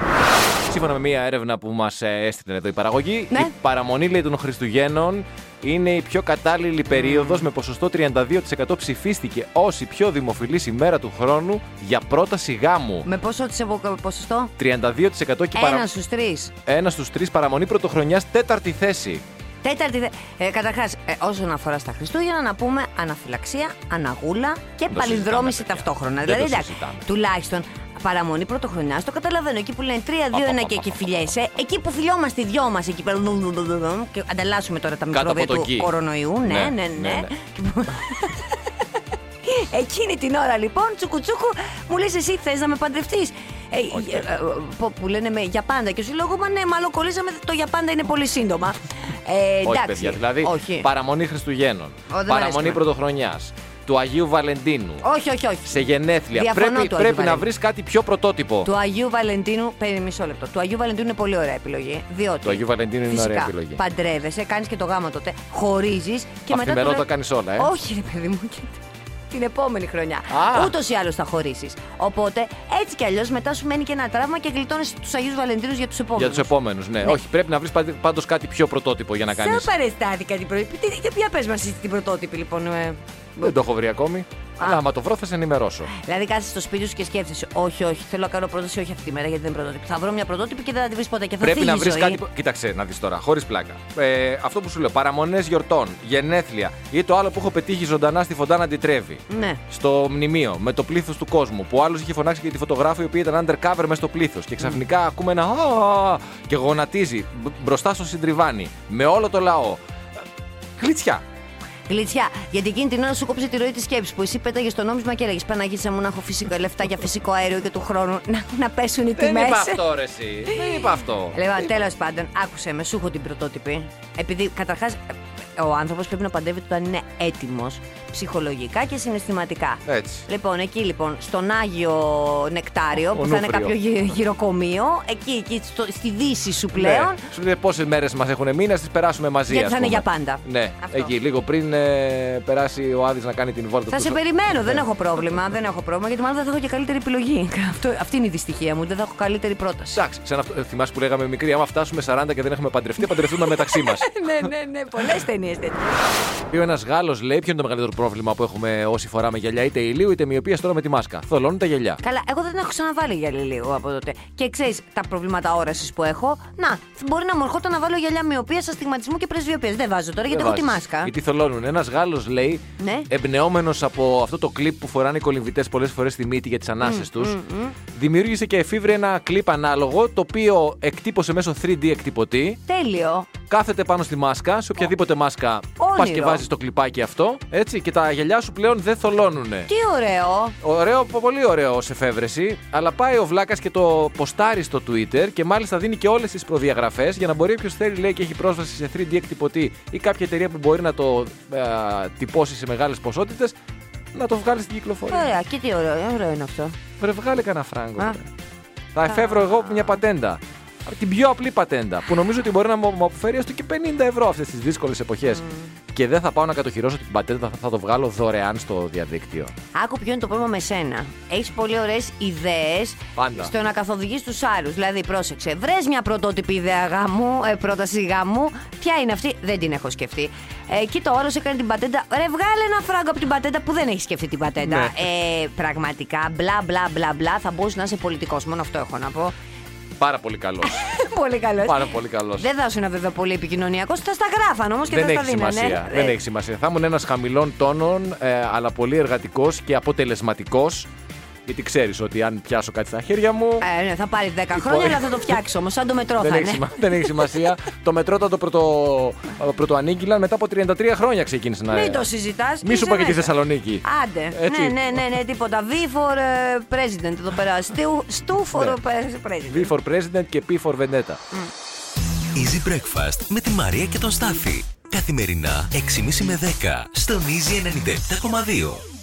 Speaker 2: Σύμφωνα με μια έρευνα που μας έστειλε εδώ η παραγωγή,
Speaker 3: Ναι.
Speaker 2: η παραμονή λέει, των Χριστουγέννων είναι η πιο κατάλληλη περίοδος με ποσοστό 32% ψηφίστηκε ως η πιο δημοφιλής ημέρα του χρόνου για πρόταση γάμου.
Speaker 3: Με πόσο της απο- ποσοστό.
Speaker 2: 32% και παρα...
Speaker 3: Ένας στους τρεις.
Speaker 2: Ένας στους τρεις παραμονή πρωτοχρονιάς, τέταρτη θέση.
Speaker 3: Τέταρτη. δε- Ε, Καταρχάς, όσον αφορά στα Χριστούγεννα, να πούμε αναφυλαξία, αναγούλα και
Speaker 2: Το
Speaker 3: παλινδρόμηση
Speaker 2: συζητάμε, παιδιά.
Speaker 3: ταυτόχρονα.
Speaker 2: Δεν
Speaker 3: δηλαδή,
Speaker 2: το
Speaker 3: εντάξει,
Speaker 2: συζητάμε.
Speaker 3: τουλάχιστον παραμονή πρωτοχρονιάς, το καταλαβαίνω. Εκεί που λένε 3, 2, 1 και εκεί φιλιέσαι. Εκεί που φιλιόμαστε οι δυο μας εκεί πέρα. Και ανταλλάσσουμε τώρα τα
Speaker 2: Κάτω από
Speaker 3: μικρόβια
Speaker 2: τον
Speaker 3: του
Speaker 2: κη.
Speaker 3: κορονοϊού. Ναι, ναι, ναι. Ε,
Speaker 2: ναι.
Speaker 3: Εκείνη την ώρα λοιπόν, τσουκουτσούκου, μου λες εσύ θες να με παντρευτείς. Ε,
Speaker 2: Όχι.
Speaker 3: ε, ε, που- που λένε με για πάντα. Και σου λέω, εγώ, μας ναι, μάλλον κολλήσαμε. Το για πάντα είναι πολύ σύντομα. Ε,
Speaker 2: Όχι,
Speaker 3: εντάξει.
Speaker 2: παιδιά. Δηλαδή,
Speaker 3: όχι.
Speaker 2: παραμονή Χριστουγέννων,
Speaker 3: δεν μ'
Speaker 2: παραμονή
Speaker 3: αρέσουμε.
Speaker 2: πρωτοχρονιάς, του Αγίου Βαλεντίνου,
Speaker 3: όχι, όχι, όχι.
Speaker 2: σε γενέθλια.
Speaker 3: Διαφωνώ
Speaker 2: πρέπει
Speaker 3: του Αγίου
Speaker 2: πρέπει να
Speaker 3: Βαλεντίνου.
Speaker 2: βρεις κάτι πιο πρωτότυπο.
Speaker 3: Του Αγίου Βαλεντίνου, περίμενε μισό λεπτό. Του Αγίου Βαλεντίνου είναι πολύ ωραία επιλογή. Διότι.
Speaker 2: Του Αγίου Βαλεντίνου είναι
Speaker 3: φυσικά,
Speaker 2: ωραία επιλογή.
Speaker 3: Παντρεύεσαι, κάνεις και το γάμα τότε. Χωρίζεις και μετά.
Speaker 2: Αυθημερό
Speaker 3: το
Speaker 2: τα κάνεις όλα, ε.
Speaker 3: Όχι, ρε παιδί μου. και Την επόμενη χρονιά.
Speaker 2: Α.
Speaker 3: Ούτως ή άλλως θα χωρίσεις. Οπότε έτσι κι αλλιώς μετά σου μένει και ένα τραύμα και γλιτώνεις τους Αγίους Βαλεντίνους για τους επόμενους.
Speaker 2: Για τους επόμενους, ναι. Όχι, πρέπει να βρεις πάντως κάτι πιο πρωτότυπο για να κάνει.
Speaker 3: Σε παρεστάθηκα την πρωτότυπη. Τι- Για ποια πες μας την πρωτότυπη, λοιπόν. ε.
Speaker 2: Δεν το έχω βρει ακόμη. Αλλά άμα το βρω, θα σε ενημερώσω.
Speaker 3: Δηλαδή κάθεσαι στο σπίτι σου και σκέφτεσαι. Όχι, όχι, θέλω να κάνω πρόταση, όχι αυτή τη μέρα γιατί δεν είναι πρωτότυπη. Θα βρω μια πρωτότυπη και δεν θα τη βρεις ποτέ και θα ε.
Speaker 2: Πρέπει
Speaker 3: φύγει
Speaker 2: να
Speaker 3: η
Speaker 2: βρεις
Speaker 3: ζωή.
Speaker 2: κάτι. Κοίταξε να δεις τώρα, χωρίς πλάκα. Ε, αυτό που σου λέω, παραμονές γιορτών, γενέθλια ή το άλλο που έχω πετύχει ζωντανά στη φοντάνα τη Τρέβη.
Speaker 3: Ναι.
Speaker 2: Στο μνημείο, με το πλήθος του κόσμου, που άλλος είχε φωνάξει και τη φωτογράφη η οποία ήταν undercover μες στο πλήθος. Και ξαφνικά ακούμε ένα «Α» και γονατίζει μπ- μπροστά στο συντριβάνι με όλο το λαό. Ε, Κλειτσιά.
Speaker 3: Γλυτσιά, γιατί εκείνη την ώρα σου κόψε τη ροή της σκέψης που εσύ πέταγες στο νόμισμα και έλεγες Παναγίτσα μου να έχω φυσικό, λεφτά για φυσικό αέριο και του χρόνου να, να πέσουν οι
Speaker 2: Δεν
Speaker 3: τιμέ.
Speaker 2: είπα αυτό, ρε, εσύ. Δεν είπα αυτό.
Speaker 3: Λοιπόν, τέλος πάντων, άκουσε με, σου έχω την πρωτότυπη. Επειδή καταρχάς ο άνθρωπος πρέπει να παντεύεται όταν είναι έτοιμος ψυχολογικά και συναισθηματικά.
Speaker 2: Έτσι.
Speaker 3: Λοιπόν, εκεί λοιπόν, στον Άγιο Νεκτάριο, που θα είναι
Speaker 2: Νούφριο.
Speaker 3: κάποιο γυ- γυροκομείο, εκεί, εκεί στο- στη Δύση σου πλέον.
Speaker 2: Ναι. Σου λέει πόσες μέρες μας έχουν μείνει, ας τις περάσουμε μαζί.
Speaker 3: Γιατί
Speaker 2: ας
Speaker 3: θα είναι
Speaker 2: πούμε.
Speaker 3: για πάντα.
Speaker 2: Ναι,
Speaker 3: Αυτό.
Speaker 2: εκεί λίγο πριν ε, περάσει ο Άδης να κάνει την βόλτα
Speaker 3: Θα
Speaker 2: του.
Speaker 3: σε περιμένω,
Speaker 2: Ναι.
Speaker 3: δεν έχω πρόβλημα. Δεν έχω πρόβλημα γιατί μάλλον δεν θα έχω και καλύτερη επιλογή. Αυτό, αυτή είναι η δυστυχία μου, δεν θα έχω καλύτερη πρόταση.
Speaker 2: Εντάξει, σαν αυτό, ε, θυμάσαι που λέγαμε μικρή, άμα φτάσουμε 40 και δεν έχουμε παντρευτεί, παντρευτούμε μεταξύ μας.
Speaker 3: ναι, ναι, ναι, πολλές ταινίες τέτοιες.
Speaker 2: Πει ένας Γάλλος, λέει, ποιο είναι το μεγαλύτερο πρόβλημα που έχουμε όσοι φοράμε γυαλιά, είτε ηλίου είτε μοιοπίας τώρα με τη μάσκα. Θολώνουν τα γυαλιά.
Speaker 3: Καλά, εγώ δεν έχω ξαναβάλει γυαλί λίγο από τότε. Και ξέρεις τα προβλήματα όρασης που έχω. Να, μπορεί να μου ερχόταν να βάλω γυαλιά μοιοπίας, αστιγματισμού και πρεσβειοπία. Δεν βάζω τώρα γιατί
Speaker 2: Δεν
Speaker 3: έχω τη
Speaker 2: βάζεις.
Speaker 3: μάσκα.
Speaker 2: Γιατί θολώνουν. Ένας Γάλλος λέει,
Speaker 3: Ναι.
Speaker 2: εμπνεόμενο από αυτό το κλιπ που φοράνε οι κολυμβητές πολλές φορές στη μύτη για τις ανάσες του, δημιούργησε και εφήβρε ένα κλιπ ανάλογο, το οποίο εκτύπωσε μέσω 3D εκτυπωτή.
Speaker 3: Τέλειο.
Speaker 2: Κάθεται πάνω στη μάσκα, σε οποιαδήποτε μάσκα
Speaker 3: Όνειρο.
Speaker 2: πα και βάζεις το κλιπάκι αυτό. Έτσι, και τα γυαλιά σου πλέον δεν θολώνουν.
Speaker 3: Τι ωραίο.
Speaker 2: Ωραίο, πο- πολύ ωραίο ως εφεύρεση. Αλλά πάει ο Βλάκας και το ποστάρει στο Twitter και μάλιστα δίνει και όλες τις προδιαγραφές για να μπορεί όποιος θέλει, λέει, και έχει πρόσβαση σε 3D εκτυπωτή ή κάποια εταιρεία που μπορεί να το ε, τυπώσει σε μεγάλες ποσότητες, να το βγάλει στην κυκλοφορία.
Speaker 3: Ωραία, και τι ωραίο, ωραίο είναι αυτό.
Speaker 2: Βρε, βγάλε κανένα φράγκο.
Speaker 3: Ε. Α.
Speaker 2: βρε. Θα εφεύρω εγώ μια πατέντα. Την πιο απλή πατέντα που νομίζω ότι μπορεί να μου μου αποφέρει έστω και 50 ευρώ αυτές τις δύσκολες εποχές. Και δεν θα πάω να κατοχυρώσω την πατέντα, θα- θα το βγάλω δωρεάν στο διαδίκτυο.
Speaker 3: Άκου ποιο είναι το πρόβλημα με σένα. Έχεις πολύ ωραίες ιδέες
Speaker 2: Πάντα.
Speaker 3: στο να καθοδηγείς τους άλλου. Δηλαδή, πρόσεξε, βρες μια πρωτότυπη ιδέα γάμου, ε, πρόταση γάμου. Ποια είναι αυτή, δεν την έχω σκεφτεί. Ε, κοίτα, ο άλλο έκανε την πατέντα. Ρε, βγάλε ένα φράγκο από την πατέντα που δεν έχει σκεφτεί την πατέντα.
Speaker 2: Ναι.
Speaker 3: Ε, πραγματικά, μπλα μπλα μπλα μπλα. Θα μπορούσε να είσαι πολιτικός. Μόνο αυτό έχω να πω.
Speaker 2: Πάρα πολύ καλός.
Speaker 3: πολύ καλός.
Speaker 2: Πάρα πολύ καλός.
Speaker 3: Δεν θα ήσουν βέβαια πολύ επικοινωνιακός. Θα στα γράφαν όμως και
Speaker 2: δεν
Speaker 3: θα στα
Speaker 2: έχει
Speaker 3: δίνανε.
Speaker 2: σημασία.
Speaker 3: Ε,
Speaker 2: Δεν έχει σημασία. Θα ήμουν ένας χαμηλών τόνων, ε, αλλά πολύ εργατικός και αποτελεσματικός. Γιατί ξέρεις ότι αν πιάσω κάτι στα χέρια μου.
Speaker 3: ε, ναι, θα πάρει 10
Speaker 2: Η
Speaker 3: χρόνια,
Speaker 2: χώρα-
Speaker 3: αλλά θα το φτιάξω όμως. Σαν το μετρό
Speaker 2: Λοιπόν. δεν,
Speaker 3: θα
Speaker 2: έχει,
Speaker 3: είναι.
Speaker 2: σημα- δεν έχει σημασία. το μετρό όταν το πρωτο, πρωτοανήγγυλαν μετά από 33 χρόνια ξεκίνησε να.
Speaker 3: Μην το συζητάς.
Speaker 2: Μη σου είπα και τη Θεσσαλονίκη.
Speaker 3: Άντε.
Speaker 2: Έτσι.
Speaker 3: Ναι, ναι, ναι, ναι, τίποτα. V for ε, president εδώ πέρα. Stu, stu for
Speaker 2: Ναι.
Speaker 3: ε, president.
Speaker 2: V for President και P for Vendetta.
Speaker 1: Easy Breakfast με τη Μαρία και τον Στάφη. Καθημερινά 6.30 με 10 στον Easy 97,2.